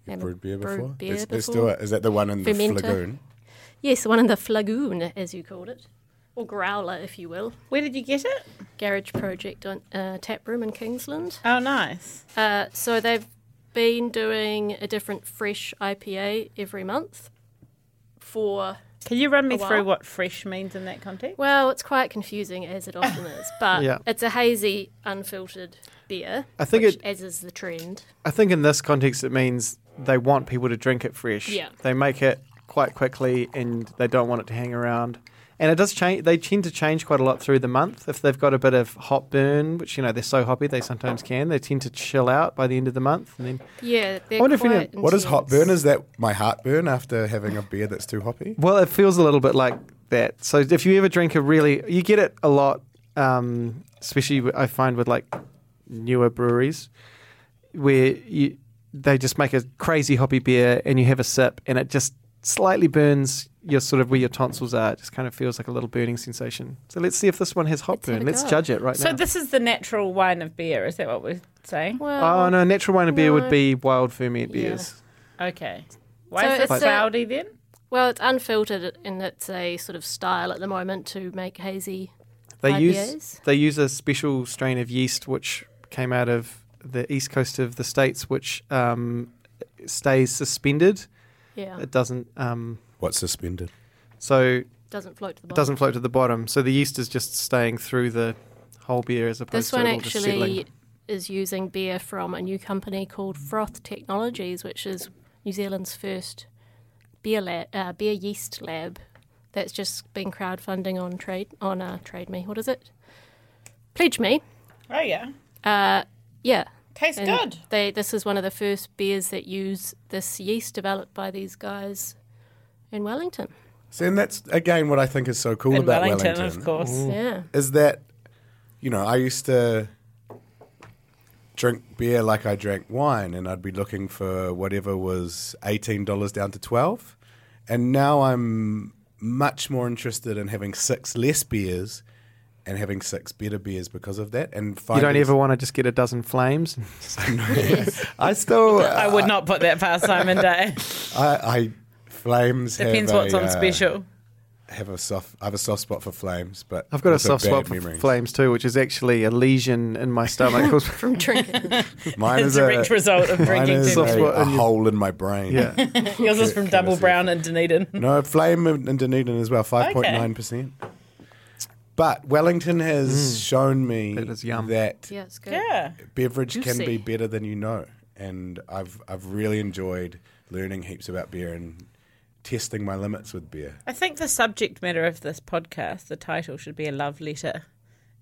[SPEAKER 4] You've
[SPEAKER 6] am
[SPEAKER 4] brewed beer
[SPEAKER 6] brewed
[SPEAKER 4] before?
[SPEAKER 6] beer
[SPEAKER 4] let's, let's do
[SPEAKER 6] before.
[SPEAKER 4] it. Is that the one in
[SPEAKER 6] Fermenter.
[SPEAKER 4] the flagoon?
[SPEAKER 6] yes, the one in the flagoon as you called it, or growler if you will.
[SPEAKER 7] Where did you get it?
[SPEAKER 6] Garage project on uh, tap room in Kingsland.
[SPEAKER 7] Oh, nice.
[SPEAKER 6] Uh, so they've been doing a different fresh IPA every month for
[SPEAKER 7] Can you run me
[SPEAKER 6] A while.
[SPEAKER 7] through what fresh means in that context?
[SPEAKER 6] well, it's quite confusing as it often
[SPEAKER 5] [LAUGHS]
[SPEAKER 6] is, but
[SPEAKER 5] Yeah.
[SPEAKER 6] it's a hazy, unfiltered beer.
[SPEAKER 5] I think
[SPEAKER 6] which,
[SPEAKER 5] it-
[SPEAKER 6] as is the trend.
[SPEAKER 5] I think in this context, it means they want people to drink it fresh.
[SPEAKER 6] Yeah.
[SPEAKER 5] They make it quite quickly and they don't want it to hang around. And it does change. They tend to change quite a lot through the month. If they've got a bit of hot burn, which you know they're so hoppy, they sometimes can. They tend to chill out by the end of the month, and then
[SPEAKER 6] Yeah, they're
[SPEAKER 5] I wonder if
[SPEAKER 6] quite
[SPEAKER 5] anyone-
[SPEAKER 4] What is hot
[SPEAKER 6] intense.
[SPEAKER 4] burn? Is that my heartburn after having a beer that's too hoppy?
[SPEAKER 5] Well, it feels a little bit like that. So if you ever drink a really, you get it a lot, um, especially w- I find with like newer breweries, where you they just make a crazy hoppy beer and you have a sip and it just slightly burns your sort of where your tonsils are. It just kind of feels like a little burning sensation. So let's see if this one has hot
[SPEAKER 6] have
[SPEAKER 5] burn.
[SPEAKER 6] a
[SPEAKER 5] Let's
[SPEAKER 6] go.
[SPEAKER 5] judge it right
[SPEAKER 7] So
[SPEAKER 5] now.
[SPEAKER 7] this is the natural wine of beer. Is that what we're saying?
[SPEAKER 6] Well,
[SPEAKER 5] Oh no! Natural wine and beer would
[SPEAKER 6] No.
[SPEAKER 5] be wild ferment
[SPEAKER 6] Yeah.
[SPEAKER 5] beers.
[SPEAKER 7] Okay. Why
[SPEAKER 6] So
[SPEAKER 7] is it
[SPEAKER 6] it's a-
[SPEAKER 7] cloudy then?
[SPEAKER 6] well, it's unfiltered and it's a sort of style at the moment to make hazy.
[SPEAKER 5] They use
[SPEAKER 6] IPAs?
[SPEAKER 5] they use a special strain of yeast which came out of the east coast of the states, which um, stays suspended.
[SPEAKER 6] Yeah,
[SPEAKER 5] It doesn't, um,
[SPEAKER 4] What's suspended?
[SPEAKER 5] so
[SPEAKER 6] doesn't float to the
[SPEAKER 5] it
[SPEAKER 6] bottom.
[SPEAKER 5] doesn't float to the bottom. So the yeast is just staying through the whole beer as opposed
[SPEAKER 6] This one
[SPEAKER 5] to it all just settling.
[SPEAKER 6] actually is using beer from a new company called Froth Technologies, which is New Zealand's first beer lab, uh, beer yeast lab. That's just been crowdfunding on trade on uh, Trade Me. What is it? Pledge Me.
[SPEAKER 7] Oh yeah,
[SPEAKER 6] Yeah.
[SPEAKER 7] tastes
[SPEAKER 6] And
[SPEAKER 7] good.
[SPEAKER 6] They this is one of the first beers that use this yeast developed by these guys in Wellington.
[SPEAKER 4] See, and that's again what I think is so cool
[SPEAKER 7] In
[SPEAKER 4] about
[SPEAKER 7] Wellington,
[SPEAKER 4] Wellington.
[SPEAKER 7] of course.
[SPEAKER 6] Yeah.
[SPEAKER 4] is that you know I used to drink beer like I drank wine, and I'd be looking for whatever was eighteen dollars down to twelve, and now I'm much more interested in having six less beers and having six better beers because of that. And
[SPEAKER 5] You
[SPEAKER 4] finding
[SPEAKER 5] don't ever want to just get a dozen flames. [LAUGHS]
[SPEAKER 4] I still
[SPEAKER 7] I would not put that past
[SPEAKER 6] [LAUGHS]
[SPEAKER 7] Simon Day.
[SPEAKER 4] I, I flames have
[SPEAKER 7] Depends what's
[SPEAKER 4] a,
[SPEAKER 7] on
[SPEAKER 4] uh,
[SPEAKER 7] special.
[SPEAKER 4] Have a soft. I have a soft spot for flames, but
[SPEAKER 5] I've got a
[SPEAKER 4] also
[SPEAKER 5] soft spot
[SPEAKER 4] bad
[SPEAKER 5] for
[SPEAKER 4] memories.
[SPEAKER 5] [LAUGHS] flames too, which is actually a lesion in my
[SPEAKER 6] [LAUGHS]
[SPEAKER 5] stomach.
[SPEAKER 6] From drinking.
[SPEAKER 4] Mine
[SPEAKER 7] The
[SPEAKER 4] is a,
[SPEAKER 7] direct result of
[SPEAKER 4] mine
[SPEAKER 7] drinking
[SPEAKER 4] is
[SPEAKER 7] too
[SPEAKER 5] soft
[SPEAKER 7] much.
[SPEAKER 4] a,
[SPEAKER 5] spot
[SPEAKER 4] a
[SPEAKER 5] in your-
[SPEAKER 4] hole in my brain.
[SPEAKER 5] yeah.
[SPEAKER 7] Yours is from
[SPEAKER 4] Can I
[SPEAKER 7] Double
[SPEAKER 4] see
[SPEAKER 7] Brown in Dunedin.
[SPEAKER 4] [LAUGHS] No, Flame in in Dunedin as well, 5.9%. But Wellington has shown me
[SPEAKER 5] Mm. That is yum.
[SPEAKER 4] that
[SPEAKER 6] [LAUGHS] yeah, it's good.
[SPEAKER 7] Yeah.
[SPEAKER 4] beverage can
[SPEAKER 6] Juicy.
[SPEAKER 4] be better than you know. And I've, I've really enjoyed learning heaps about beer and testing my limits with beer.
[SPEAKER 7] I think the subject matter of this podcast, the title, should be a love letter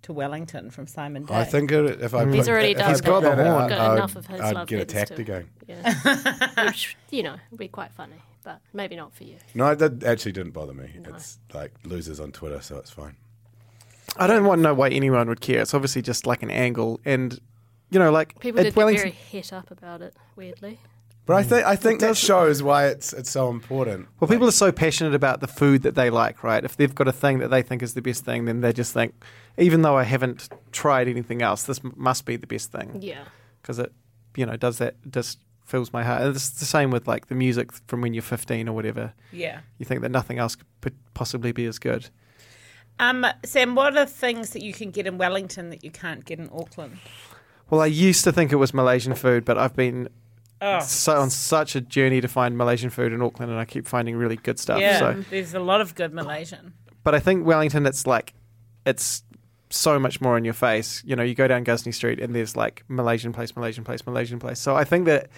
[SPEAKER 7] to Wellington from Simon Day.
[SPEAKER 4] I think it, if I
[SPEAKER 6] He's
[SPEAKER 4] put-
[SPEAKER 6] already
[SPEAKER 4] if
[SPEAKER 6] done
[SPEAKER 4] I
[SPEAKER 6] that.
[SPEAKER 4] put
[SPEAKER 5] Mm. got the
[SPEAKER 4] that out,
[SPEAKER 5] horn.
[SPEAKER 6] Got
[SPEAKER 4] I would-
[SPEAKER 6] enough of his
[SPEAKER 4] I'd
[SPEAKER 6] love
[SPEAKER 4] get
[SPEAKER 6] letters
[SPEAKER 4] attacked
[SPEAKER 6] to-
[SPEAKER 4] again.
[SPEAKER 7] [LAUGHS]
[SPEAKER 6] Yeah. Which, you know, would be quite funny, but maybe not for you.
[SPEAKER 4] No, that actually didn't bother me. It's like losers on Twitter, so it's fine.
[SPEAKER 5] I don't want no way anyone would care. It's obviously just like an angle, and you know, like
[SPEAKER 6] People
[SPEAKER 5] at
[SPEAKER 6] did get
[SPEAKER 5] Wellington,
[SPEAKER 6] very hit up about it, weirdly.
[SPEAKER 4] But
[SPEAKER 6] Mm.
[SPEAKER 4] I think I think that shows why it's it's so important.
[SPEAKER 5] well, people are so passionate about the food that they like, right? If they've got a thing that they think is the best thing, then they just think, even though I haven't tried anything else, this m- must be the best
[SPEAKER 7] Mm.
[SPEAKER 5] thing
[SPEAKER 6] Yeah.
[SPEAKER 5] because it, you know, does that just fills my heart. And it's the same with like the music from when you're 15 or whatever.
[SPEAKER 7] yeah.
[SPEAKER 5] You think that nothing else could po- possibly be as good.
[SPEAKER 7] Um, Sam, what are things that you can get in Wellington that you can't get in Auckland?
[SPEAKER 5] Well, I used to think it was Malaysian food, but I've been
[SPEAKER 7] Oh,
[SPEAKER 5] so on such a journey to find Malaysian food in Auckland, and I keep finding really good stuff.
[SPEAKER 7] yeah.
[SPEAKER 5] So.
[SPEAKER 7] There's a lot of good Malaysian.
[SPEAKER 5] But I think Wellington, it's like it's so much more in your face. You know, you go down Gusney Street and there's like Malaysian place, Malaysian place, Malaysian place. So I think that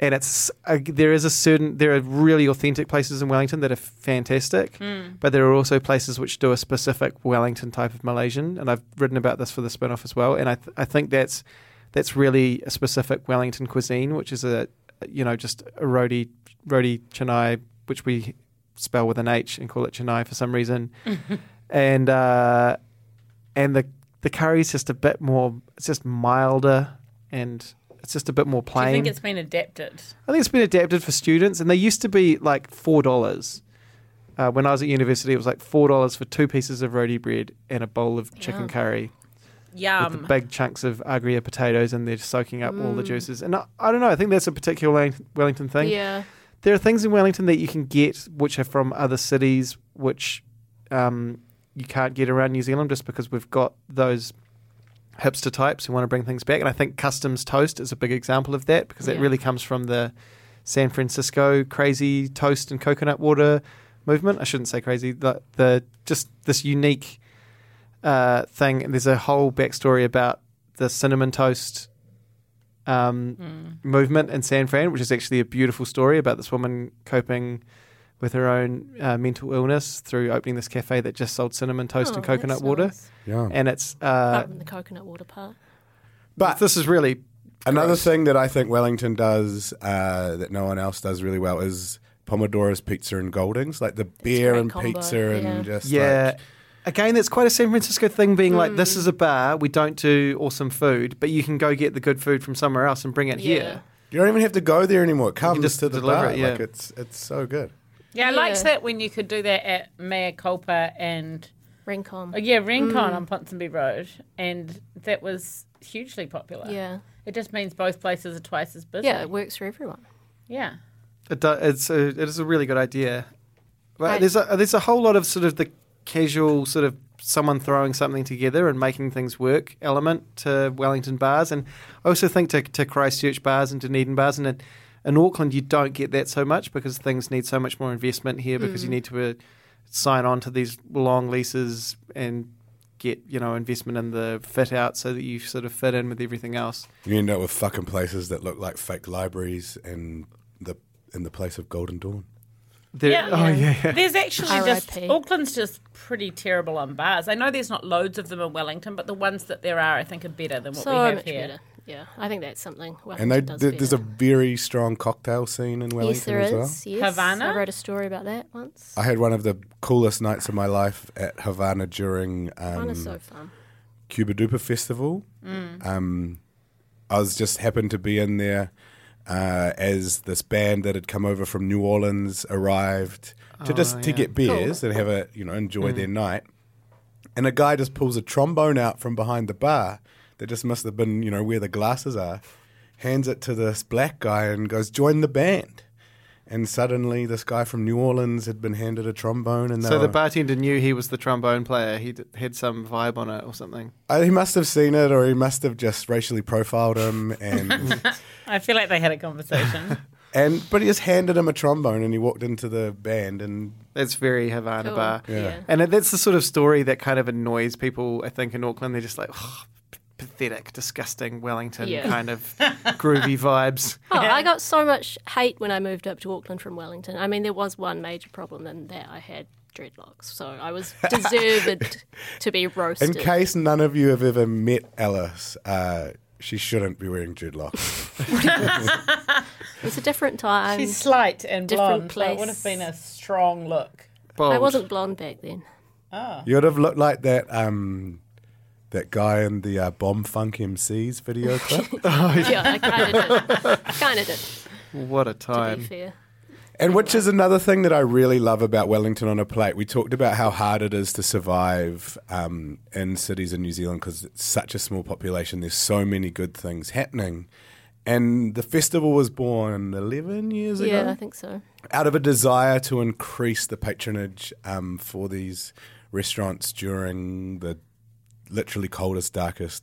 [SPEAKER 5] and it's uh, there is a certain there are really authentic places in Wellington that are fantastic,
[SPEAKER 7] Hmm.
[SPEAKER 5] but there are also places which do a specific Wellington type of Malaysian, and I've written about this for the spin-off as well, and I th- I think that's that's really a specific Wellington cuisine, which is a you know just a roti roti Chennai, which we spell with an H and call it Chennai for
[SPEAKER 7] [LAUGHS]
[SPEAKER 5] some reason, and uh, and the the curry is just a bit more it's just milder and it's just a bit more
[SPEAKER 7] Do you
[SPEAKER 5] plain.
[SPEAKER 7] think it's been adapted?
[SPEAKER 5] I think it's been adapted for students, and they used to be like four dollars. Uh, when I was at university, it was like four dollars for two pieces of roti bread and a bowl of chicken
[SPEAKER 6] Yum.
[SPEAKER 5] curry with the
[SPEAKER 7] Yum.
[SPEAKER 5] big chunks of agria potatoes, and they're soaking up all the juices. And I, I don't know. I think that's a particular Welling- Wellington thing.
[SPEAKER 6] Yeah.
[SPEAKER 5] There are things in Wellington that you can get which are from other cities, which um, you can't get around New Zealand just because we've got those hipster types who want to bring things back. And I think customs toast is a big example of that because that
[SPEAKER 6] Yeah.
[SPEAKER 5] really comes from the San Francisco crazy toast and coconut water movement. I shouldn't say crazy. The, the just this unique uh, thing. And there's a whole backstory about the cinnamon toast um,
[SPEAKER 6] Mm.
[SPEAKER 5] movement in San Fran, which is actually a beautiful story about this woman coping with her own uh, mental illness through opening this cafe that just sold cinnamon toast and
[SPEAKER 6] Oh,
[SPEAKER 5] coconut
[SPEAKER 6] that's
[SPEAKER 5] water.
[SPEAKER 6] nice.
[SPEAKER 4] Yeah.
[SPEAKER 5] And it's uh,
[SPEAKER 6] Apart from the coconut water part.
[SPEAKER 4] But
[SPEAKER 5] this is really
[SPEAKER 4] Another thing that I think Wellington does uh, that no one else does really well is Pomodoro's Pizza and Goldings, like the beer
[SPEAKER 6] great
[SPEAKER 4] and
[SPEAKER 6] combo,
[SPEAKER 4] pizza
[SPEAKER 6] yeah.
[SPEAKER 4] and just
[SPEAKER 5] yeah.
[SPEAKER 4] like,
[SPEAKER 5] Again, that's quite a San Francisco thing being like,
[SPEAKER 6] Mm.
[SPEAKER 5] this is a bar, we don't do awesome food, but you can go get the good food from somewhere else and bring it
[SPEAKER 6] Yeah.
[SPEAKER 5] here.
[SPEAKER 4] you don't even have to go there anymore. It comes
[SPEAKER 5] just
[SPEAKER 4] to the
[SPEAKER 5] deliver
[SPEAKER 4] bar.
[SPEAKER 5] it, yeah.
[SPEAKER 4] Like it's it's so good.
[SPEAKER 7] Yeah, I liked
[SPEAKER 6] Yeah.
[SPEAKER 7] that when you could do that at Mea Culpa and
[SPEAKER 6] Rincon.
[SPEAKER 7] oh, yeah, Rincon
[SPEAKER 6] Mm.
[SPEAKER 7] on Ponsonby Road, and that was hugely popular.
[SPEAKER 6] Yeah.
[SPEAKER 7] It just means both places are twice as busy.
[SPEAKER 6] Yeah, it works for everyone.
[SPEAKER 7] yeah.
[SPEAKER 5] It do, it's a, it is a really good idea. But there's a there's a whole lot of sort of the casual sort of someone throwing something together and making things work element to Wellington bars, and I also think to, to Christchurch bars and Dunedin bars, and in, in Auckland you don't get that so much because things need so much more investment here because you need to uh, sign on to these long leases and get you know investment in the fit out so that you sort of fit in with everything else.
[SPEAKER 4] You end up with fucking places that look like fake libraries and the in the place of Golden Dawn.
[SPEAKER 5] There,
[SPEAKER 7] Yeah.
[SPEAKER 5] oh yeah.
[SPEAKER 7] There's actually just
[SPEAKER 6] RIP.
[SPEAKER 7] Auckland's just pretty terrible on bars. I know there's not loads of them in Wellington, but the ones that there are, I think, are better than what
[SPEAKER 6] So
[SPEAKER 7] we have
[SPEAKER 6] much
[SPEAKER 7] here.
[SPEAKER 6] better. Yeah, I think that's something.
[SPEAKER 4] And
[SPEAKER 6] Wellington
[SPEAKER 4] they,
[SPEAKER 6] does
[SPEAKER 4] th- there's a
[SPEAKER 6] better.
[SPEAKER 4] very strong cocktail scene in Wellington
[SPEAKER 6] yes, there
[SPEAKER 4] as
[SPEAKER 6] is.
[SPEAKER 4] well.
[SPEAKER 6] Yes,
[SPEAKER 7] Havana?
[SPEAKER 6] I wrote a story about that once.
[SPEAKER 4] I had one of the coolest nights of my life at Havana during
[SPEAKER 6] Mine
[SPEAKER 4] um,
[SPEAKER 6] is so fun.
[SPEAKER 4] Cuba Duper Festival.
[SPEAKER 5] Mm.
[SPEAKER 4] Um, I was just happened to be in there uh, as this band that had come over from New Orleans arrived to
[SPEAKER 5] Oh,
[SPEAKER 4] just to get beers and have a you know enjoy
[SPEAKER 5] Mm.
[SPEAKER 4] their night. And a guy just pulls a trombone out from behind the bar that just must have been you know where the glasses are, hands it to this black guy and goes join the band. And suddenly, this guy from New Orleans had been handed a trombone, and they
[SPEAKER 5] So the
[SPEAKER 4] were-
[SPEAKER 5] bartender knew he was the trombone player. He d- had some vibe on it or something.
[SPEAKER 4] Uh, he must have seen it, or he must have just racially profiled him, and
[SPEAKER 7] I feel like they had
[SPEAKER 6] [LAUGHS]
[SPEAKER 7] a conversation.
[SPEAKER 4] and but he just handed him a trombone, and he walked into the band, and
[SPEAKER 5] That's very Havana
[SPEAKER 6] Cool.
[SPEAKER 5] bar.
[SPEAKER 6] Yeah. Yeah.
[SPEAKER 5] And that's the sort of story that kind of annoys people, I think, in Auckland. They're just like, "Oh, p- pathetic, disgusting Wellington
[SPEAKER 6] Yeah.
[SPEAKER 5] kind
[SPEAKER 6] [LAUGHS]
[SPEAKER 5] of groovy vibes.
[SPEAKER 6] Oh, I got so much hate when I moved up to Auckland from Wellington. I mean, there was one major problem, and that I had dreadlocks, so I was
[SPEAKER 4] [LAUGHS]
[SPEAKER 6] deserved to be
[SPEAKER 4] in
[SPEAKER 6] roasted.
[SPEAKER 4] case none of you have ever met Alice, uh, she shouldn't be wearing dreadlocks.
[SPEAKER 6] it's a different time.
[SPEAKER 7] She's slight and
[SPEAKER 6] Different
[SPEAKER 7] blonde, so it would have
[SPEAKER 6] place.
[SPEAKER 7] been a strong look.
[SPEAKER 5] Bold.
[SPEAKER 6] I wasn't blonde back then.
[SPEAKER 4] you would have looked like that um, that guy in the uh, Bomb Funk MCs video clip.
[SPEAKER 6] Yeah, I kind of
[SPEAKER 4] [LAUGHS]
[SPEAKER 6] did. Kind of did. To
[SPEAKER 5] What a
[SPEAKER 6] be
[SPEAKER 5] time.
[SPEAKER 6] fair.
[SPEAKER 4] And which is another thing that I really love about Wellington on a plate. We talked about how hard it is to survive um, in cities in New Zealand because it's such a small population. There's so many good things happening. And the festival was born 11 years ago
[SPEAKER 6] Yeah, I think so.
[SPEAKER 4] out of a desire to increase the patronage um, for these restaurants during the literally coldest, darkest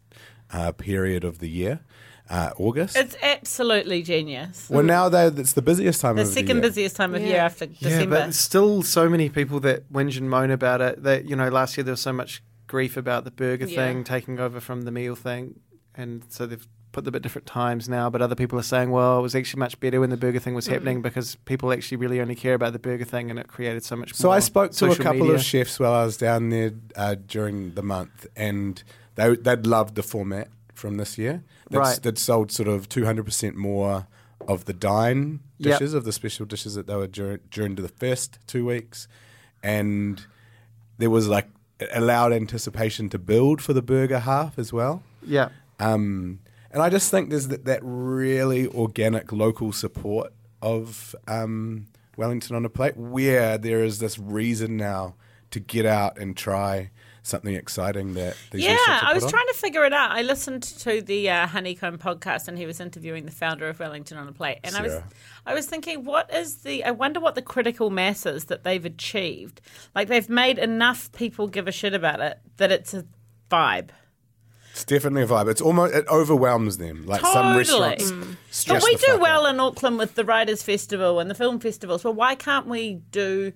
[SPEAKER 4] uh, period of the year, uh, August.
[SPEAKER 7] It's absolutely genius.
[SPEAKER 4] well, now they it's the busiest time
[SPEAKER 7] The
[SPEAKER 4] of
[SPEAKER 7] second
[SPEAKER 4] the year.
[SPEAKER 7] busiest time of year after
[SPEAKER 5] Yeah,
[SPEAKER 7] December.
[SPEAKER 5] but still so many people that whinge and moan about it. That, you know, last year there was so much grief about the burger
[SPEAKER 6] Yeah.
[SPEAKER 5] thing taking over from the meal thing. And so they've put them at different times now, but other people are saying, well, it was actually much better when the burger thing
[SPEAKER 6] Mm.
[SPEAKER 5] was happening because people actually really only care about the burger thing and it created so much
[SPEAKER 4] So
[SPEAKER 5] more
[SPEAKER 4] I spoke to a
[SPEAKER 5] social
[SPEAKER 4] couple
[SPEAKER 5] media.
[SPEAKER 4] of chefs while I was down there uh, during the month, and they they'd loved the format from this year. They'd,
[SPEAKER 5] Right.
[SPEAKER 4] they'd sold sort of two hundred percent more of the dine
[SPEAKER 5] Yep.
[SPEAKER 4] dishes of the special dishes that they were during, during the first two weeks, and there was like it allowed anticipation to build for the burger half as well.
[SPEAKER 5] Yeah.
[SPEAKER 4] Um, and I just think there's that, that really organic local support of um, Wellington on a plate, where there is this reason now to get out and try something exciting that these
[SPEAKER 7] Yeah,
[SPEAKER 4] restaurants are
[SPEAKER 7] I
[SPEAKER 4] put
[SPEAKER 7] was
[SPEAKER 4] on.
[SPEAKER 7] trying to figure it out. I listened to the uh, Honeycomb podcast, and he was interviewing the founder of Wellington on a Plate, and I was,
[SPEAKER 4] Sarah.
[SPEAKER 7] I was thinking, what is the? I wonder what the critical mass is that they've achieved. Like they've made enough people give a shit about it that it's a vibe.
[SPEAKER 4] It's definitely a vibe. It's almost it overwhelms them. Like some
[SPEAKER 7] Totally.
[SPEAKER 4] restaurants,
[SPEAKER 7] But
[SPEAKER 4] stress
[SPEAKER 7] we
[SPEAKER 4] the
[SPEAKER 7] do
[SPEAKER 4] fuck
[SPEAKER 7] well
[SPEAKER 4] out.
[SPEAKER 7] in Auckland with the Writers' Festival and the film festivals. Well, why can't we do?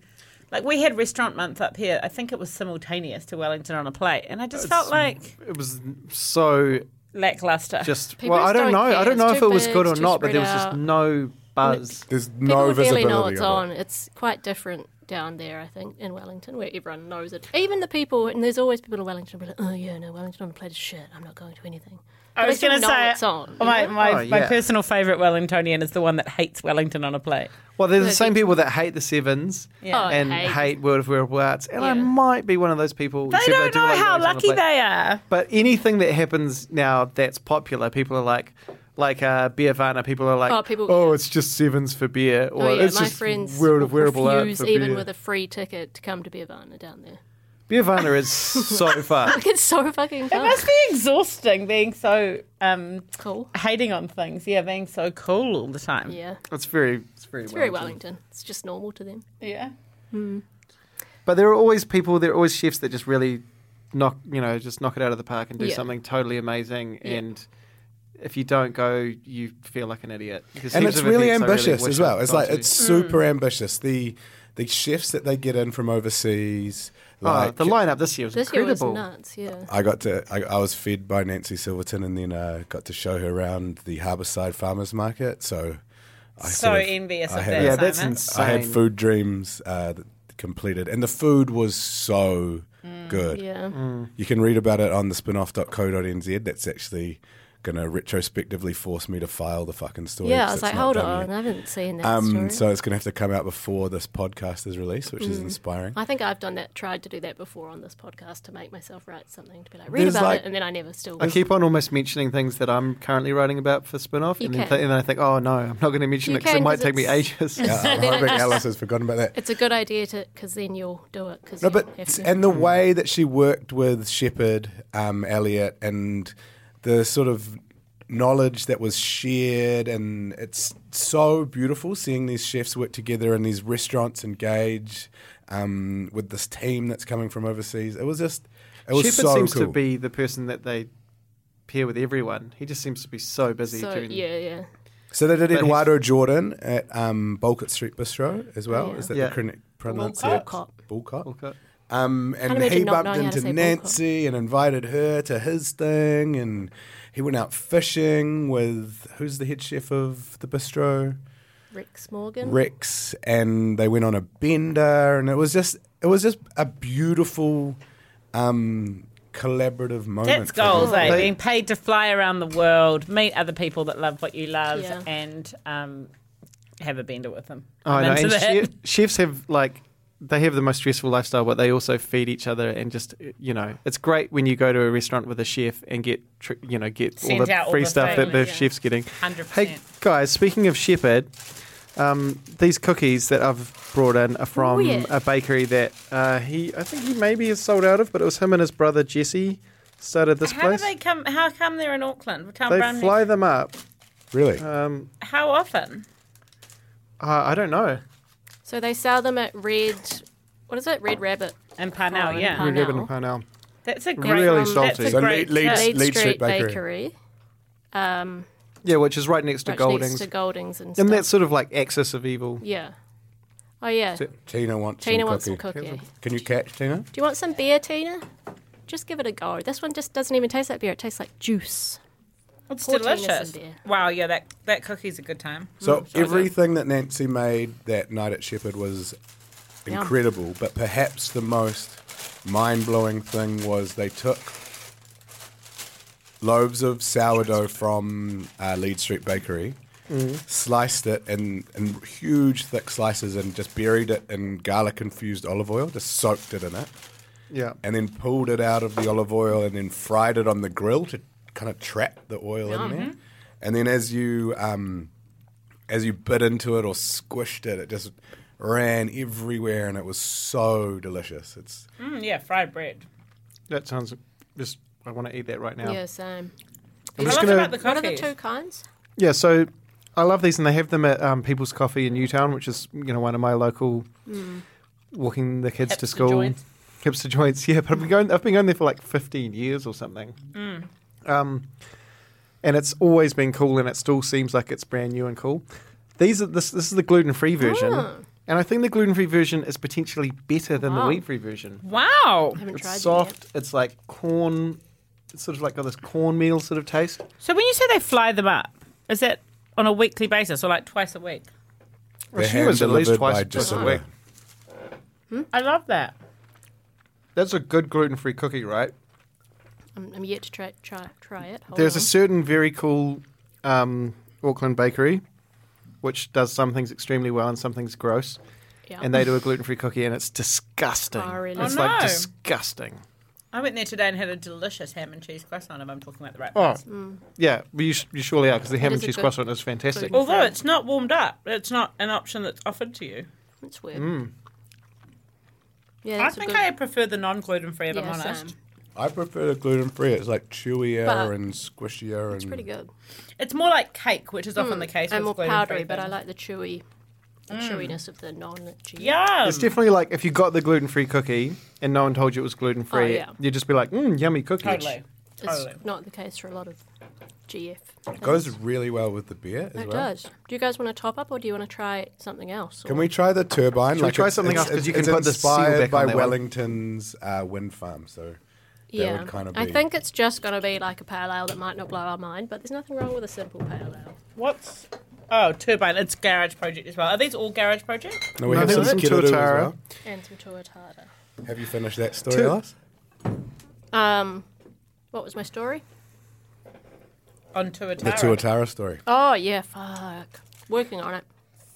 [SPEAKER 7] Like we had Restaurant Month up here. I think it was simultaneous to Wellington on a Plate, and I just felt like
[SPEAKER 5] It was so
[SPEAKER 7] lackluster.
[SPEAKER 5] just.
[SPEAKER 6] People
[SPEAKER 5] well, I
[SPEAKER 6] just
[SPEAKER 5] don't know.
[SPEAKER 6] don't care.
[SPEAKER 5] I don't
[SPEAKER 6] It's
[SPEAKER 5] know if
[SPEAKER 6] too
[SPEAKER 5] it was
[SPEAKER 6] big,
[SPEAKER 5] good or
[SPEAKER 6] it's too
[SPEAKER 5] not, but there was
[SPEAKER 6] spread
[SPEAKER 5] just
[SPEAKER 6] out.
[SPEAKER 5] no buzz.
[SPEAKER 4] There's
[SPEAKER 6] People
[SPEAKER 4] no
[SPEAKER 6] would barely
[SPEAKER 4] visibility.
[SPEAKER 6] know it's
[SPEAKER 4] of it.
[SPEAKER 6] on. It's quite different down there, I think, in Wellington, where everyone knows it. Even the people, and there's always people in Wellington who be like, oh yeah, no, Wellington on a plate is shit. I'm not going to anything. But
[SPEAKER 7] I
[SPEAKER 6] they
[SPEAKER 7] was
[SPEAKER 6] still
[SPEAKER 7] going to
[SPEAKER 6] know
[SPEAKER 7] say
[SPEAKER 6] it's on.
[SPEAKER 7] My,
[SPEAKER 6] you know?
[SPEAKER 7] my,
[SPEAKER 5] Oh,
[SPEAKER 7] my
[SPEAKER 5] yeah.
[SPEAKER 7] personal favourite Wellingtonian is the one that hates Wellington on a plate.
[SPEAKER 5] Well, they're the
[SPEAKER 6] Yeah,
[SPEAKER 5] same
[SPEAKER 6] they-
[SPEAKER 5] people that hate the sevens
[SPEAKER 7] Yeah.
[SPEAKER 6] Oh,
[SPEAKER 5] and
[SPEAKER 6] hate.
[SPEAKER 5] hate World of Wearable Arts, and I
[SPEAKER 6] Yeah.
[SPEAKER 5] might be one of those people.
[SPEAKER 7] They
[SPEAKER 5] except I
[SPEAKER 7] don't
[SPEAKER 5] do
[SPEAKER 7] know
[SPEAKER 5] like
[SPEAKER 7] how
[SPEAKER 5] those on the
[SPEAKER 7] lucky
[SPEAKER 5] plate.
[SPEAKER 7] they are.
[SPEAKER 5] But anything that happens now that's popular, people are like, like uh, beer Varna, people are like,
[SPEAKER 6] Oh, people-
[SPEAKER 5] "Oh,
[SPEAKER 6] yeah.
[SPEAKER 5] it's just sevens for beer, or
[SPEAKER 6] Oh, yeah,
[SPEAKER 5] it's
[SPEAKER 6] my
[SPEAKER 5] just
[SPEAKER 6] friends
[SPEAKER 5] World of Wearable Arts
[SPEAKER 6] refuse
[SPEAKER 5] for
[SPEAKER 6] even
[SPEAKER 5] beer."
[SPEAKER 6] with a free ticket to come to Beervana down there. [LAUGHS]
[SPEAKER 5] beer Varna is so far.
[SPEAKER 6] It's so fucking
[SPEAKER 7] It
[SPEAKER 6] fun.
[SPEAKER 7] must be Oh. exhausting being so um,
[SPEAKER 6] cool.
[SPEAKER 7] hating on things. Yeah, being so cool all the time.
[SPEAKER 6] Yeah.
[SPEAKER 5] It's very, it's very,
[SPEAKER 6] It's very Wellington. It's just normal to them.
[SPEAKER 7] Yeah.
[SPEAKER 5] But there are always people, there are always chefs that just really knock, you know, just knock it out of the park and do
[SPEAKER 6] Yeah.
[SPEAKER 5] something totally amazing. And if you don't go, you feel like an idiot. Because
[SPEAKER 4] and
[SPEAKER 5] heaps
[SPEAKER 4] it's
[SPEAKER 5] of
[SPEAKER 4] really
[SPEAKER 5] events I
[SPEAKER 4] ambitious
[SPEAKER 5] wish
[SPEAKER 4] as
[SPEAKER 5] I'd
[SPEAKER 4] well. It's
[SPEAKER 5] gone
[SPEAKER 4] like
[SPEAKER 5] to.
[SPEAKER 4] it's super
[SPEAKER 7] Mm.
[SPEAKER 4] ambitious. The the chefs that they get in from overseas,
[SPEAKER 5] Oh,
[SPEAKER 4] like
[SPEAKER 5] the lineup this year was
[SPEAKER 6] This
[SPEAKER 5] incredible.
[SPEAKER 6] year was nuts, yeah.
[SPEAKER 4] I got to. I, I was fed by Nancy Silverton, and then uh, got to show her around the Harbourside Farmers Market. So, I
[SPEAKER 7] So
[SPEAKER 4] sort of-
[SPEAKER 7] envious
[SPEAKER 4] I
[SPEAKER 7] of
[SPEAKER 4] had
[SPEAKER 7] that.
[SPEAKER 4] a-
[SPEAKER 5] yeah, that's
[SPEAKER 7] Simon.
[SPEAKER 5] insane.
[SPEAKER 4] I had food dreams uh, th- completed, and the food was so
[SPEAKER 7] Mm.
[SPEAKER 4] good.
[SPEAKER 6] Yeah.
[SPEAKER 4] You can read about it on the spinoff.co.nz. That's actually going to retrospectively force me to file the fucking story.
[SPEAKER 6] Yeah, I
[SPEAKER 4] 'cause
[SPEAKER 6] was
[SPEAKER 4] it's
[SPEAKER 6] like,
[SPEAKER 4] not
[SPEAKER 6] hold
[SPEAKER 4] done
[SPEAKER 6] on,
[SPEAKER 4] yet.
[SPEAKER 6] I haven't seen that
[SPEAKER 4] Um,
[SPEAKER 6] story. Mm.
[SPEAKER 4] so it's going to have to come out before this podcast is released, which is
[SPEAKER 6] [LAUGHS]
[SPEAKER 4] inspiring.
[SPEAKER 6] I think I've done that, tried to do that before on this podcast to make myself write something to be like, read
[SPEAKER 4] There's
[SPEAKER 6] about
[SPEAKER 4] like-
[SPEAKER 6] it, and then I never still.
[SPEAKER 5] I keep on almost mentioning things that I'm currently writing about for spin off,
[SPEAKER 6] You
[SPEAKER 5] and, then
[SPEAKER 6] can.
[SPEAKER 5] th- and then I think, oh no, I'm not going to mention
[SPEAKER 6] You
[SPEAKER 5] it because it
[SPEAKER 6] can,
[SPEAKER 5] might
[SPEAKER 6] 'cause
[SPEAKER 5] take me
[SPEAKER 6] it's- [LAUGHS]
[SPEAKER 5] ages.
[SPEAKER 4] Yeah, I'm
[SPEAKER 6] Then I
[SPEAKER 4] hoping
[SPEAKER 6] just-
[SPEAKER 4] Alice has forgotten about that.
[SPEAKER 6] It's a good idea to, because then you'll do it. Cause
[SPEAKER 4] No,
[SPEAKER 6] you have
[SPEAKER 4] but
[SPEAKER 6] to.
[SPEAKER 4] and the way that she worked with Shepard, um, Elliot, and the sort of knowledge that was shared, and it's so beautiful seeing these chefs work together and these restaurants engage um, with this team that's coming from overseas. It was just, it was
[SPEAKER 5] Shepard
[SPEAKER 4] so
[SPEAKER 5] seems
[SPEAKER 4] cool.
[SPEAKER 5] to be the person that they pair with everyone. He just seems to be so busy
[SPEAKER 6] so,
[SPEAKER 5] during
[SPEAKER 6] yeah, yeah.
[SPEAKER 4] so they did
[SPEAKER 5] he's-
[SPEAKER 4] Eduardo Jordan at um, Bulkett Street Bistro as well. Is that
[SPEAKER 5] Yeah.
[SPEAKER 4] the correct pronunciation?
[SPEAKER 6] Bulkett.
[SPEAKER 4] Bulkett.
[SPEAKER 5] Walcott.
[SPEAKER 4] Um, and
[SPEAKER 6] imagine
[SPEAKER 4] he
[SPEAKER 6] not
[SPEAKER 4] bumped
[SPEAKER 6] knowing how to
[SPEAKER 4] into
[SPEAKER 6] say
[SPEAKER 4] Nancy and invited her to his thing, and he went out fishing with who's the head chef of the bistro,
[SPEAKER 6] Rex Morgan.
[SPEAKER 4] Rex, and they went on a bender, and it was just it was just a beautiful um, collaborative moment.
[SPEAKER 7] That's
[SPEAKER 4] for them.
[SPEAKER 7] goals, eh?
[SPEAKER 5] They-
[SPEAKER 7] Being paid to fly around the world, meet other people that love what you love,
[SPEAKER 6] Yeah.
[SPEAKER 7] and um, have a bender with them.
[SPEAKER 5] Oh,
[SPEAKER 7] I'm
[SPEAKER 5] no.
[SPEAKER 7] into
[SPEAKER 5] And
[SPEAKER 7] that.
[SPEAKER 5] chef, chefs have like they have the most stressful lifestyle, but they also feed each other and just you know, it's great when you go to a restaurant with a chef and get tr- you know get all
[SPEAKER 7] Send
[SPEAKER 5] the
[SPEAKER 7] out all
[SPEAKER 5] free
[SPEAKER 7] the
[SPEAKER 5] stuff that
[SPEAKER 7] food,
[SPEAKER 5] the
[SPEAKER 7] yeah.
[SPEAKER 5] chef's getting.
[SPEAKER 7] 100%.
[SPEAKER 5] Hey guys, speaking of Shepherd, um, these cookies that I've brought in are from
[SPEAKER 6] Oh, yeah.
[SPEAKER 5] a bakery that uh, he I think he maybe is sold out of, but it was him and his brother Jesse started
[SPEAKER 7] [LAUGHS]
[SPEAKER 5] this
[SPEAKER 7] How do
[SPEAKER 5] place.
[SPEAKER 7] they come? How come they're in Auckland? Tom
[SPEAKER 5] They
[SPEAKER 7] Brown-
[SPEAKER 5] fly them up.
[SPEAKER 4] really.
[SPEAKER 5] Um,
[SPEAKER 7] How often?
[SPEAKER 5] uh, I don't know.
[SPEAKER 6] So they sell them at Red. What is it? Red Rabbit.
[SPEAKER 7] In Parnell,
[SPEAKER 6] Oh, in
[SPEAKER 7] yeah.
[SPEAKER 6] Parnell.
[SPEAKER 5] Red Ribbon and Parnell.
[SPEAKER 7] That's a great.
[SPEAKER 5] Really
[SPEAKER 6] Um,
[SPEAKER 7] that's
[SPEAKER 5] salty.
[SPEAKER 7] a
[SPEAKER 5] So
[SPEAKER 7] great
[SPEAKER 4] Leeds- Leeds-
[SPEAKER 7] tip.
[SPEAKER 6] Leeds
[SPEAKER 4] Leeds Street
[SPEAKER 6] Street Bakery.
[SPEAKER 4] Bakery.
[SPEAKER 6] Um,
[SPEAKER 5] Yeah, which is right next to
[SPEAKER 6] right
[SPEAKER 5] Goldings.
[SPEAKER 6] next to Goldings and stuff.
[SPEAKER 5] and that's sort of like Axis of Evil.
[SPEAKER 6] yeah. Oh yeah.
[SPEAKER 4] Tina wants
[SPEAKER 6] Tina
[SPEAKER 4] some
[SPEAKER 6] wants some
[SPEAKER 4] cookie.
[SPEAKER 6] cookie.
[SPEAKER 4] Can you catch Tina?
[SPEAKER 6] Do you want some beer, Tina? Just give it a go. This one just doesn't even taste like beer. It tastes like juice.
[SPEAKER 7] It's
[SPEAKER 6] Portinus and
[SPEAKER 7] delicious.
[SPEAKER 6] beer.
[SPEAKER 7] Wow, yeah, that that cookie's a good time.
[SPEAKER 4] So everything that Nancy made that night at Shepherd was
[SPEAKER 6] Yum.
[SPEAKER 4] incredible, but perhaps the most mind-blowing thing was they took loaves of sourdough from uh, Lead Street Bakery, sliced it in, in huge thick slices, and just buried it in garlic-infused olive oil, just soaked it in it,
[SPEAKER 5] Yeah.
[SPEAKER 4] and then pulled it out of the olive oil and then fried it on the grill to kind of trap the oil in there. And then as you um, as you bit into it or squished it, it just ran everywhere and it was so delicious. It's
[SPEAKER 7] Mm, yeah, fried bread.
[SPEAKER 5] That sounds just. I want to eat that right now.
[SPEAKER 6] Yeah, same.
[SPEAKER 5] I'm
[SPEAKER 7] I
[SPEAKER 5] just
[SPEAKER 7] love
[SPEAKER 5] gonna-
[SPEAKER 7] about the
[SPEAKER 6] What are the
[SPEAKER 7] cookies.
[SPEAKER 6] two kinds?
[SPEAKER 5] Yeah, so I love these, and they have them at um, People's Coffee in Newtown, which is you know one of my local walking the kids to
[SPEAKER 7] Mm. Hipster
[SPEAKER 5] school
[SPEAKER 7] joints.
[SPEAKER 5] hipster joints. Yeah, but I've been going. I've been going there for like fifteen years or something.
[SPEAKER 7] Mm.
[SPEAKER 5] Um, and it's always been cool, and it still seems like it's brand new and cool. These are this. This is the gluten free version,
[SPEAKER 7] Ah.
[SPEAKER 5] and I think the gluten free version is potentially better than the
[SPEAKER 6] Wow.
[SPEAKER 5] wheat free version.
[SPEAKER 7] Wow.
[SPEAKER 6] I haven't
[SPEAKER 5] It's
[SPEAKER 6] tried them
[SPEAKER 5] soft. It's like corn. It's sort of like got this cornmeal sort of taste.
[SPEAKER 7] So when you say they fly them up, is that on a weekly basis or like twice a week?
[SPEAKER 5] Well,
[SPEAKER 4] they're
[SPEAKER 5] she was at least
[SPEAKER 4] hand-delivered
[SPEAKER 5] twice,
[SPEAKER 4] by
[SPEAKER 5] twice a
[SPEAKER 4] Jacinda.
[SPEAKER 5] week.
[SPEAKER 7] I love that.
[SPEAKER 5] That's a good gluten free cookie, right?
[SPEAKER 6] yet. I'm, I'm yet to try try, try it. Hold
[SPEAKER 5] There's
[SPEAKER 6] on.
[SPEAKER 5] a certain very cool um, Auckland bakery which does some things extremely well and some things gross.
[SPEAKER 6] Yeah.
[SPEAKER 5] And they do a gluten free cookie and it's disgusting.
[SPEAKER 6] Oh, really?
[SPEAKER 5] It's
[SPEAKER 7] Oh,
[SPEAKER 5] like
[SPEAKER 7] no.
[SPEAKER 5] disgusting.
[SPEAKER 7] I went there today and had a delicious ham and cheese croissant. If I'm talking about the right
[SPEAKER 5] Oh,
[SPEAKER 7] place.
[SPEAKER 5] yeah. Well, you, sh- you surely are because the ham
[SPEAKER 6] mm. It is
[SPEAKER 5] and
[SPEAKER 6] a
[SPEAKER 5] cheese
[SPEAKER 6] good
[SPEAKER 5] croissant is fantastic.
[SPEAKER 6] gluten-
[SPEAKER 7] Although it's not warmed up, it's not an option that's offered to you.
[SPEAKER 6] That's weird.
[SPEAKER 5] Mm.
[SPEAKER 6] Yeah,
[SPEAKER 7] I
[SPEAKER 6] that's a
[SPEAKER 7] think
[SPEAKER 6] good-
[SPEAKER 7] I prefer the non-gluten free. If
[SPEAKER 6] yeah,
[SPEAKER 7] I'm honest,
[SPEAKER 6] same.
[SPEAKER 4] I prefer gluten free. It's like chewier
[SPEAKER 6] But
[SPEAKER 4] and squishier
[SPEAKER 6] It's
[SPEAKER 4] and
[SPEAKER 6] pretty good.
[SPEAKER 7] it's more like cake, which is often the case.
[SPEAKER 6] Hmm, and more
[SPEAKER 7] with
[SPEAKER 6] powdery,
[SPEAKER 7] gluten-free
[SPEAKER 6] but I
[SPEAKER 7] things.
[SPEAKER 6] like the chewy, the chewiness of the non-chewy.
[SPEAKER 7] Yum.
[SPEAKER 5] It's definitely like if you got the gluten free cookie and no one told you it was gluten free,
[SPEAKER 6] Oh, yeah.
[SPEAKER 5] you'd just be like, mm, yummy cookie.
[SPEAKER 7] Totally.
[SPEAKER 6] It's
[SPEAKER 7] Totally.
[SPEAKER 6] not the case for a lot of GF.
[SPEAKER 4] It goes really well with the beer as
[SPEAKER 6] It
[SPEAKER 4] well.
[SPEAKER 6] does. Do you guys want to top up, or do you want to try something else?
[SPEAKER 4] Can
[SPEAKER 6] or-
[SPEAKER 4] we try the turbine?
[SPEAKER 5] Shall we try
[SPEAKER 4] it's-
[SPEAKER 5] something
[SPEAKER 4] it's-
[SPEAKER 5] else? 'Cause
[SPEAKER 4] it's-
[SPEAKER 5] you can
[SPEAKER 4] it's
[SPEAKER 5] put the seal
[SPEAKER 4] inspired
[SPEAKER 5] back
[SPEAKER 4] by
[SPEAKER 5] on that one.
[SPEAKER 4] Wellington's uh, wind farm. So
[SPEAKER 6] Yeah,
[SPEAKER 4] that would kind of be.
[SPEAKER 6] I think it's just going to be like a pale ale that might not blow our mind, but there's nothing wrong with a simple pale ale.
[SPEAKER 7] What's oh turbine? It's garage project as well. Are these all garage projects?
[SPEAKER 4] No, we
[SPEAKER 5] No,
[SPEAKER 4] have
[SPEAKER 5] I
[SPEAKER 4] some
[SPEAKER 5] think that's
[SPEAKER 4] Skittle as
[SPEAKER 5] Tuatara.
[SPEAKER 4] well.
[SPEAKER 6] And some tua tartar.
[SPEAKER 4] Have you finished that story,
[SPEAKER 5] Tu-
[SPEAKER 4] Alice?
[SPEAKER 6] Um, what was my story?
[SPEAKER 7] On tuatara.
[SPEAKER 4] The Tuatara story.
[SPEAKER 6] Oh yeah, fuck. Working on it.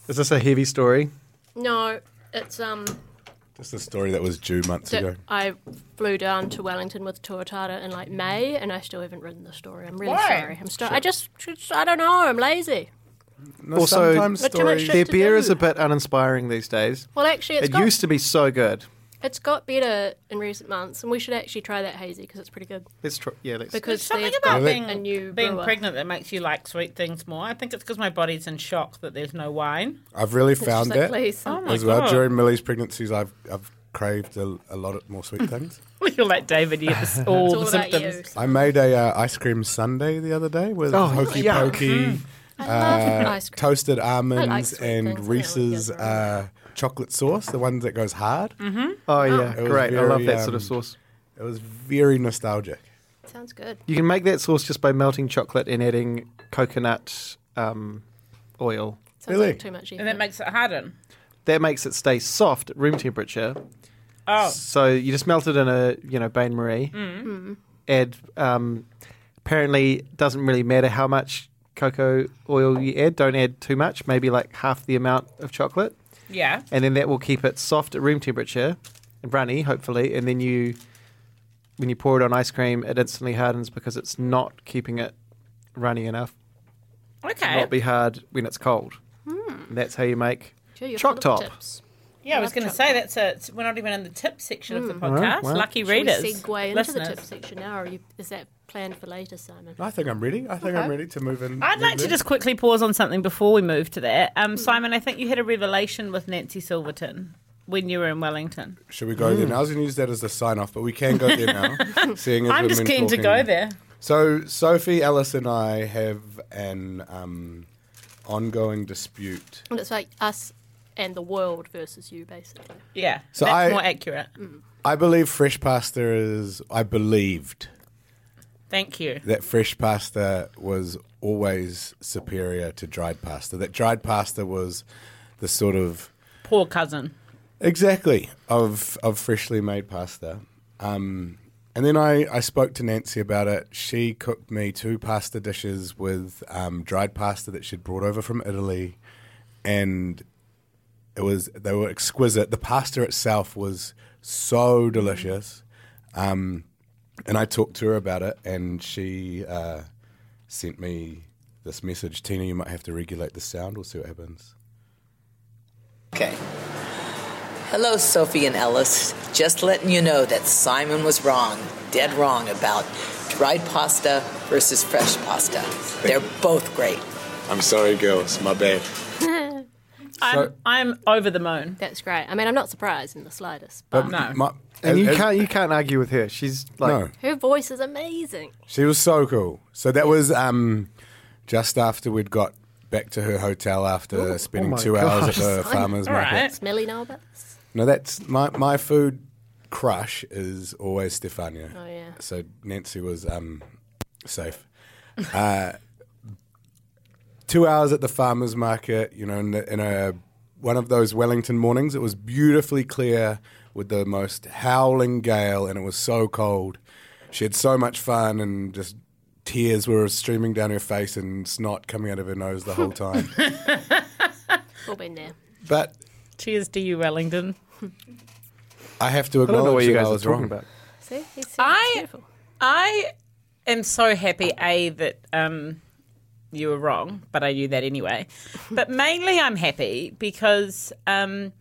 [SPEAKER 5] Is this a heavy story?
[SPEAKER 6] No, it's um
[SPEAKER 4] Just a story that was due months
[SPEAKER 6] that
[SPEAKER 4] ago.
[SPEAKER 6] I flew down to Wellington with tua tartar in like May, and I still haven't written the story. I'm really
[SPEAKER 7] Why?
[SPEAKER 6] sorry. I'm still. I just, just- I don't know. I'm lazy.
[SPEAKER 4] No,
[SPEAKER 5] Also-
[SPEAKER 4] sometimes
[SPEAKER 6] But too much
[SPEAKER 4] stories.
[SPEAKER 6] shit-
[SPEAKER 5] Their
[SPEAKER 6] to
[SPEAKER 5] beer
[SPEAKER 6] do.
[SPEAKER 5] is a bit uninspiring these days.
[SPEAKER 6] Well, actually, it's
[SPEAKER 5] it
[SPEAKER 6] got
[SPEAKER 5] used to be so good.
[SPEAKER 6] it's got better in recent months, and we should actually try that hazy because it's pretty good.
[SPEAKER 5] Let's try. Yeah, let's.
[SPEAKER 7] There's
[SPEAKER 6] Because
[SPEAKER 7] something
[SPEAKER 6] they've
[SPEAKER 7] about
[SPEAKER 6] got
[SPEAKER 7] being,
[SPEAKER 6] a new
[SPEAKER 7] being
[SPEAKER 6] brewer.
[SPEAKER 7] pregnant that makes you like sweet things more. I think it's because my body's in shock that there's no wine. [LAUGHS]
[SPEAKER 4] I've really
[SPEAKER 6] It's just
[SPEAKER 4] found
[SPEAKER 6] like,
[SPEAKER 4] that
[SPEAKER 6] please,
[SPEAKER 7] Oh my
[SPEAKER 4] as well.
[SPEAKER 7] God.
[SPEAKER 4] During Millie's pregnancies, I've I've craved a, a lot of more sweet things.
[SPEAKER 7] You're like David, you get this- all
[SPEAKER 6] it's
[SPEAKER 7] the
[SPEAKER 6] all about
[SPEAKER 7] symptoms.
[SPEAKER 6] you.
[SPEAKER 4] I made a uh, ice cream sundae the other day with
[SPEAKER 5] Oh,
[SPEAKER 4] hokey
[SPEAKER 5] yuck.
[SPEAKER 4] pokey,
[SPEAKER 6] I
[SPEAKER 4] uh,
[SPEAKER 6] love ice cream.
[SPEAKER 4] toasted almonds,
[SPEAKER 6] sweet things, I
[SPEAKER 4] and
[SPEAKER 6] don't
[SPEAKER 4] Reese's
[SPEAKER 6] like the other
[SPEAKER 4] uh, chocolate sauce, the one that goes hard.
[SPEAKER 5] oh yeah,
[SPEAKER 4] It was
[SPEAKER 5] great. I love
[SPEAKER 4] very,
[SPEAKER 5] that sort
[SPEAKER 4] um,
[SPEAKER 5] of sauce.
[SPEAKER 4] It was very nostalgic.
[SPEAKER 6] Sounds good.
[SPEAKER 5] You can make that sauce just by melting chocolate and adding coconut um, oil.
[SPEAKER 6] Sounds
[SPEAKER 4] Really?
[SPEAKER 6] like too much.
[SPEAKER 7] And that
[SPEAKER 6] effort.
[SPEAKER 7] makes it harden.
[SPEAKER 5] That makes it stay soft at room temperature.
[SPEAKER 7] Oh,
[SPEAKER 5] So you just melt it in a you know bain marie.
[SPEAKER 6] Mm.
[SPEAKER 5] Mm-hmm. Add um, apparently it doesn't really matter how much cocoa oil you add. Don't add too much. Maybe like half the amount of chocolate.
[SPEAKER 7] yeah.
[SPEAKER 5] and then that will keep it soft at room temperature and runny, hopefully. And then you, when you pour it on ice cream, it instantly hardens because it's not keeping it runny enough.
[SPEAKER 7] Okay.
[SPEAKER 5] Not be hard when it's cold. And that's how you make
[SPEAKER 6] Hmm. Gee, you're
[SPEAKER 5] choc
[SPEAKER 6] full of
[SPEAKER 5] top.
[SPEAKER 6] tips.
[SPEAKER 7] yeah, I was
[SPEAKER 6] Love
[SPEAKER 7] going to say that's a, it's, we're not even in the tip section of the podcast.
[SPEAKER 5] Alright, well.
[SPEAKER 7] Lucky
[SPEAKER 6] Should we
[SPEAKER 7] readers,
[SPEAKER 6] segue into
[SPEAKER 7] listeners.
[SPEAKER 6] the tip section now, or are you, is that planned for later, Simon?
[SPEAKER 4] I think I'm ready. I think I'm ready to move in.
[SPEAKER 7] I'd like to just quickly pause on something before we move to that.
[SPEAKER 6] Hmm.
[SPEAKER 7] Um, Simon, I think you had a revelation with Nancy Silverton when you were in Wellington.
[SPEAKER 4] Should we go there
[SPEAKER 7] Mm.
[SPEAKER 4] now? I was going to use that as the sign off, but we can go there
[SPEAKER 7] [LAUGHS]
[SPEAKER 4] now. seeing as
[SPEAKER 7] I'm
[SPEAKER 4] we've
[SPEAKER 7] just
[SPEAKER 4] been
[SPEAKER 7] keen to
[SPEAKER 4] talking.
[SPEAKER 7] go there.
[SPEAKER 4] So Sophie, Alice, and I have an um, ongoing dispute.
[SPEAKER 6] And it's like us and the world versus you, basically.
[SPEAKER 7] Yeah,
[SPEAKER 4] So
[SPEAKER 7] that's
[SPEAKER 4] I-
[SPEAKER 7] more accurate.
[SPEAKER 4] I believe fresh pasta is. I believed
[SPEAKER 7] Thank you.
[SPEAKER 4] that fresh pasta was always superior to dried pasta. That dried pasta was the sort of
[SPEAKER 7] Poor cousin.
[SPEAKER 4] Exactly of of freshly made pasta. Um, and then I, I spoke to Nancy about it. She cooked me two pasta dishes with um, dried pasta that she'd brought over from Italy, and it was they were exquisite. The pasta itself was so delicious. Um, and I talked to her about it, and she uh, sent me this message: Tina, you might have to regulate the sound. We'll see what happens.
[SPEAKER 8] Okay. Hello, Sophie and Ellis. Just letting you know that Simon was wrong, dead wrong, about dried pasta versus fresh pasta. They're both great.
[SPEAKER 4] I'm sorry, girls. My bad.
[SPEAKER 7] I'm,
[SPEAKER 4] So-
[SPEAKER 7] I'm over the moon.
[SPEAKER 6] That's great. I mean, I'm not surprised in the slightest. But
[SPEAKER 4] But
[SPEAKER 7] No.
[SPEAKER 4] my-
[SPEAKER 5] And you
[SPEAKER 4] as-
[SPEAKER 5] can't you can't argue with her. She's like
[SPEAKER 4] No,
[SPEAKER 6] her voice is amazing.
[SPEAKER 4] she was so cool. So that was um, just after we'd got back to her hotel after spending
[SPEAKER 5] oh my
[SPEAKER 4] two hours at the farmer's
[SPEAKER 7] [LAUGHS] All
[SPEAKER 4] market.
[SPEAKER 7] right.
[SPEAKER 6] Smelly Norbits.
[SPEAKER 4] No, that's my, my food crush is always Stefania.
[SPEAKER 6] Oh, yeah.
[SPEAKER 4] So Nancy was um,
[SPEAKER 6] [LAUGHS]
[SPEAKER 4] safe. Uh, two hours at the farmer's market, you know, in, the, in a one of those Wellington mornings. It was beautifully clear with the most howling gale, and it was so cold. She had so much fun, and just tears were streaming down her face and snot coming out of her nose the whole
[SPEAKER 6] [LAUGHS]
[SPEAKER 4] time.
[SPEAKER 6] All been there.
[SPEAKER 4] but
[SPEAKER 7] Cheers to you, Wellington.
[SPEAKER 4] I have to
[SPEAKER 5] I don't know
[SPEAKER 4] acknowledge
[SPEAKER 5] what you
[SPEAKER 4] that
[SPEAKER 5] guys
[SPEAKER 4] I
[SPEAKER 5] are
[SPEAKER 4] was
[SPEAKER 5] talking
[SPEAKER 4] wrong.
[SPEAKER 5] about.
[SPEAKER 6] See, he's it's
[SPEAKER 7] I-
[SPEAKER 6] beautiful.
[SPEAKER 7] I am so happy, A, that um, you were wrong, but I knew that anyway. But mainly I'm happy because, um,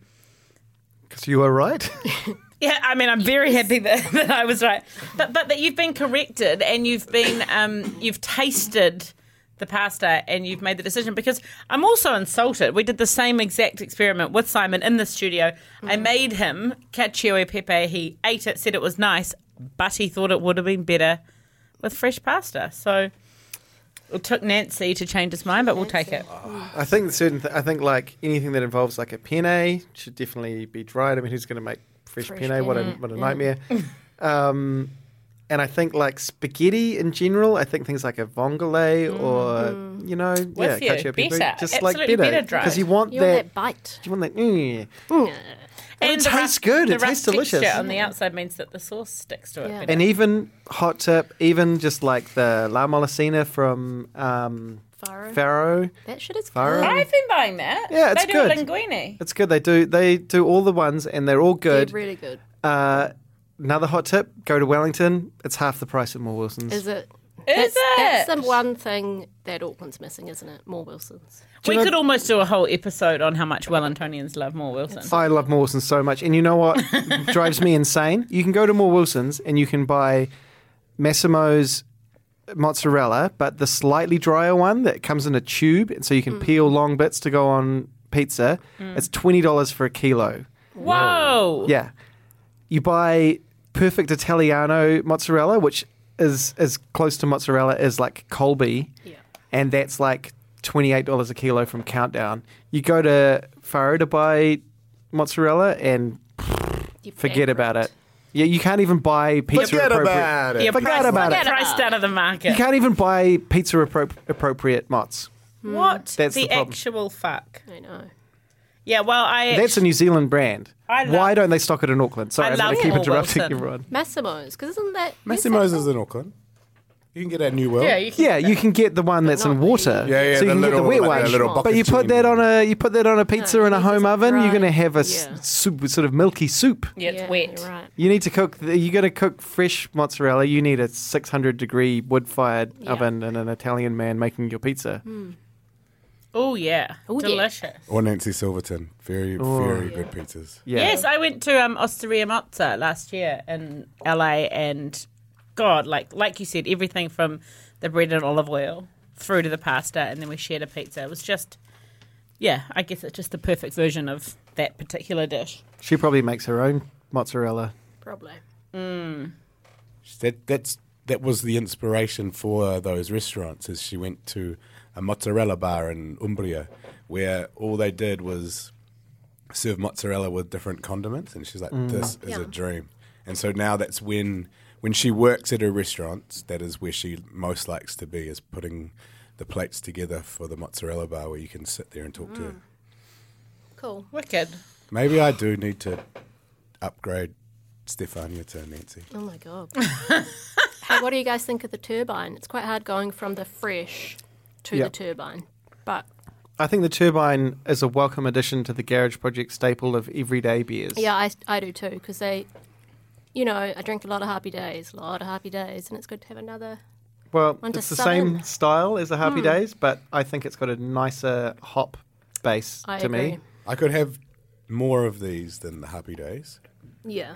[SPEAKER 5] Because you are right. [LAUGHS]
[SPEAKER 7] yeah, I mean, I'm very happy that, [LAUGHS] that I was right. But, but that you've been corrected and you've been, um, you've tasted the pasta and you've made the decision because I'm also insulted. We did the same exact experiment with Simon in the studio. I made him cacio e pepe. He ate it, said it was nice, but he thought it would have been better with fresh pasta. So it took Nancy to change his mind, but we'll take it.
[SPEAKER 5] I think certain. Th- I think like anything that involves like a penne should definitely be dried. I mean, who's going to make fresh,
[SPEAKER 6] Fresh
[SPEAKER 5] penne? What a
[SPEAKER 6] penne,
[SPEAKER 5] what a
[SPEAKER 6] yeah.
[SPEAKER 5] nightmare. um, and I think like spaghetti in general. I think things like a vongole or you know
[SPEAKER 7] With you.
[SPEAKER 5] yeah, cacio e pepe,
[SPEAKER 7] Better.
[SPEAKER 5] just like
[SPEAKER 7] Absolutely better dried.
[SPEAKER 5] because you want
[SPEAKER 6] You want
[SPEAKER 5] that.
[SPEAKER 6] that bite.
[SPEAKER 5] you want that. mm.
[SPEAKER 7] And
[SPEAKER 5] it
[SPEAKER 7] the
[SPEAKER 5] tastes good.
[SPEAKER 7] the
[SPEAKER 5] It tastes
[SPEAKER 7] rough
[SPEAKER 5] delicious.
[SPEAKER 7] texture on the outside means that the sauce sticks to it.
[SPEAKER 6] Yeah.
[SPEAKER 7] better.
[SPEAKER 5] And even hot tip, even just like the La Molesina from um,
[SPEAKER 6] Faro.
[SPEAKER 5] Faro.
[SPEAKER 6] That shit is
[SPEAKER 5] Faro.
[SPEAKER 6] good.
[SPEAKER 7] I've been buying that.
[SPEAKER 5] Yeah, it's
[SPEAKER 7] they
[SPEAKER 5] good.
[SPEAKER 7] do linguine.
[SPEAKER 5] It's good. They do they do all the ones, and they're all
[SPEAKER 6] They're
[SPEAKER 5] good.
[SPEAKER 6] really good.
[SPEAKER 5] Uh, another hot tip: go to Wellington. It's half the price at More Wilson's.
[SPEAKER 6] Is it?
[SPEAKER 7] Is
[SPEAKER 6] that's, That's
[SPEAKER 7] it?
[SPEAKER 6] the one thing that Auckland's missing, isn't it? More Wilsons.
[SPEAKER 7] We
[SPEAKER 5] you know-
[SPEAKER 7] could almost do a whole episode on how much Wellingtonians love more Wilson.
[SPEAKER 5] I love More Wilson's so much, and you know what drives me insane? You can go to More Wilson's and you can buy Massimo's mozzarella, but the slightly drier one that comes in a tube, and so you can peel long bits to go on pizza. It's twenty dollars for a kilo.
[SPEAKER 7] Whoa!
[SPEAKER 5] Yeah. You buy perfect Italiano mozzarella, which is as close to mozzarella as like Colby.
[SPEAKER 6] Yeah.
[SPEAKER 5] And that's like $28 a kilo from Countdown. You go to Faro to buy mozzarella and
[SPEAKER 6] You're
[SPEAKER 5] forget about it. Yeah, you can't even buy pizza appropriate.
[SPEAKER 4] it.
[SPEAKER 7] You're
[SPEAKER 5] Forget
[SPEAKER 7] priced-
[SPEAKER 5] about it.
[SPEAKER 7] Priced out of the market.
[SPEAKER 5] You can't even buy pizza appro- appropriate mozz.
[SPEAKER 7] what
[SPEAKER 5] That's
[SPEAKER 7] the,
[SPEAKER 5] the problem.
[SPEAKER 7] actual fuck?
[SPEAKER 6] I know.
[SPEAKER 7] Yeah. Well, I
[SPEAKER 5] That's a New Zeland brand.
[SPEAKER 7] I love-
[SPEAKER 5] Why don't they stock it in Auckland? Sorry,
[SPEAKER 7] I
[SPEAKER 5] I'm going
[SPEAKER 7] love
[SPEAKER 5] to keep
[SPEAKER 7] Paul
[SPEAKER 5] interrupting
[SPEAKER 7] Wilson.
[SPEAKER 5] everyone.
[SPEAKER 6] Massimo's, because isn't that
[SPEAKER 4] Massimo's is in Auckland. You can get at New World.
[SPEAKER 7] yeah. You can,
[SPEAKER 5] Yeah, you can get the one that's in
[SPEAKER 6] not the-
[SPEAKER 5] water.
[SPEAKER 4] Yeah, yeah,
[SPEAKER 5] So you
[SPEAKER 4] the
[SPEAKER 5] can get the
[SPEAKER 4] little-
[SPEAKER 5] wet
[SPEAKER 4] like
[SPEAKER 5] one.
[SPEAKER 4] that little
[SPEAKER 5] but
[SPEAKER 4] bucket
[SPEAKER 5] you put
[SPEAKER 4] tin.
[SPEAKER 5] that on a you put that on a pizza
[SPEAKER 6] No,
[SPEAKER 5] in a
[SPEAKER 6] you need
[SPEAKER 5] home
[SPEAKER 6] to
[SPEAKER 5] oven. You're going to
[SPEAKER 6] dry.
[SPEAKER 5] have a s-
[SPEAKER 6] Yeah.
[SPEAKER 5] soup, sort of milky soup.
[SPEAKER 7] yeah, it's
[SPEAKER 6] yeah,
[SPEAKER 7] wet.
[SPEAKER 6] you're Right.
[SPEAKER 5] You need to cook. the- You're going to cook fresh mozzarella. You need a 600 degree wood fired
[SPEAKER 6] Yeah. Hmm.
[SPEAKER 5] oven and an Italian man making your pizza.
[SPEAKER 7] Oh yeah.
[SPEAKER 6] Oh, yeah.
[SPEAKER 7] Delicious.
[SPEAKER 4] Or Nancy Silverton. Very, very good pizzas.
[SPEAKER 5] Yeah.
[SPEAKER 7] Yes, I went to um, Osteria Mozza last year in LA, and God, like like you said, everything from the bread and olive oil through to the pasta, and then we shared a pizza. It was just, yeah, I guess it's just the perfect version of that particular dish.
[SPEAKER 5] She probably makes her own mozzarella.
[SPEAKER 6] Probably.
[SPEAKER 4] That that's that was the inspiration for those restaurants. Is she went to a mozzarella bar in Umbria, where all they did was serve mozzarella with different condiments, and she's like, "This is a dream." And so now that's when when she works at her restaurants, that is where she most likes to be, is putting the plates together for the mozzarella bar where you can sit there and talk to her.
[SPEAKER 6] Cool.
[SPEAKER 7] Wicked.
[SPEAKER 4] Maybe I do need to upgrade Stefania to Nancy.
[SPEAKER 6] Oh my
[SPEAKER 7] [LAUGHS]
[SPEAKER 6] god. hey, what do you guys think of the turbine? It's quite hard going from the fresh to
[SPEAKER 5] Yeah.
[SPEAKER 6] the turbine, but
[SPEAKER 5] I think the turbine is a welcome addition to the Garage Project staple of everyday beers.
[SPEAKER 6] yeah, I, I do too because they, you know, I drink a lot of happy days, a lot of happy days, and it's good to have another.
[SPEAKER 5] Well,
[SPEAKER 6] Want to
[SPEAKER 5] it's the
[SPEAKER 6] sub
[SPEAKER 5] same
[SPEAKER 6] in?
[SPEAKER 5] style as the Happy
[SPEAKER 6] Hmm.
[SPEAKER 5] Days, but I think it's got a nicer hop base
[SPEAKER 6] I
[SPEAKER 5] to me.
[SPEAKER 6] agree.
[SPEAKER 4] I could have more of these than the happy days.
[SPEAKER 6] Yeah.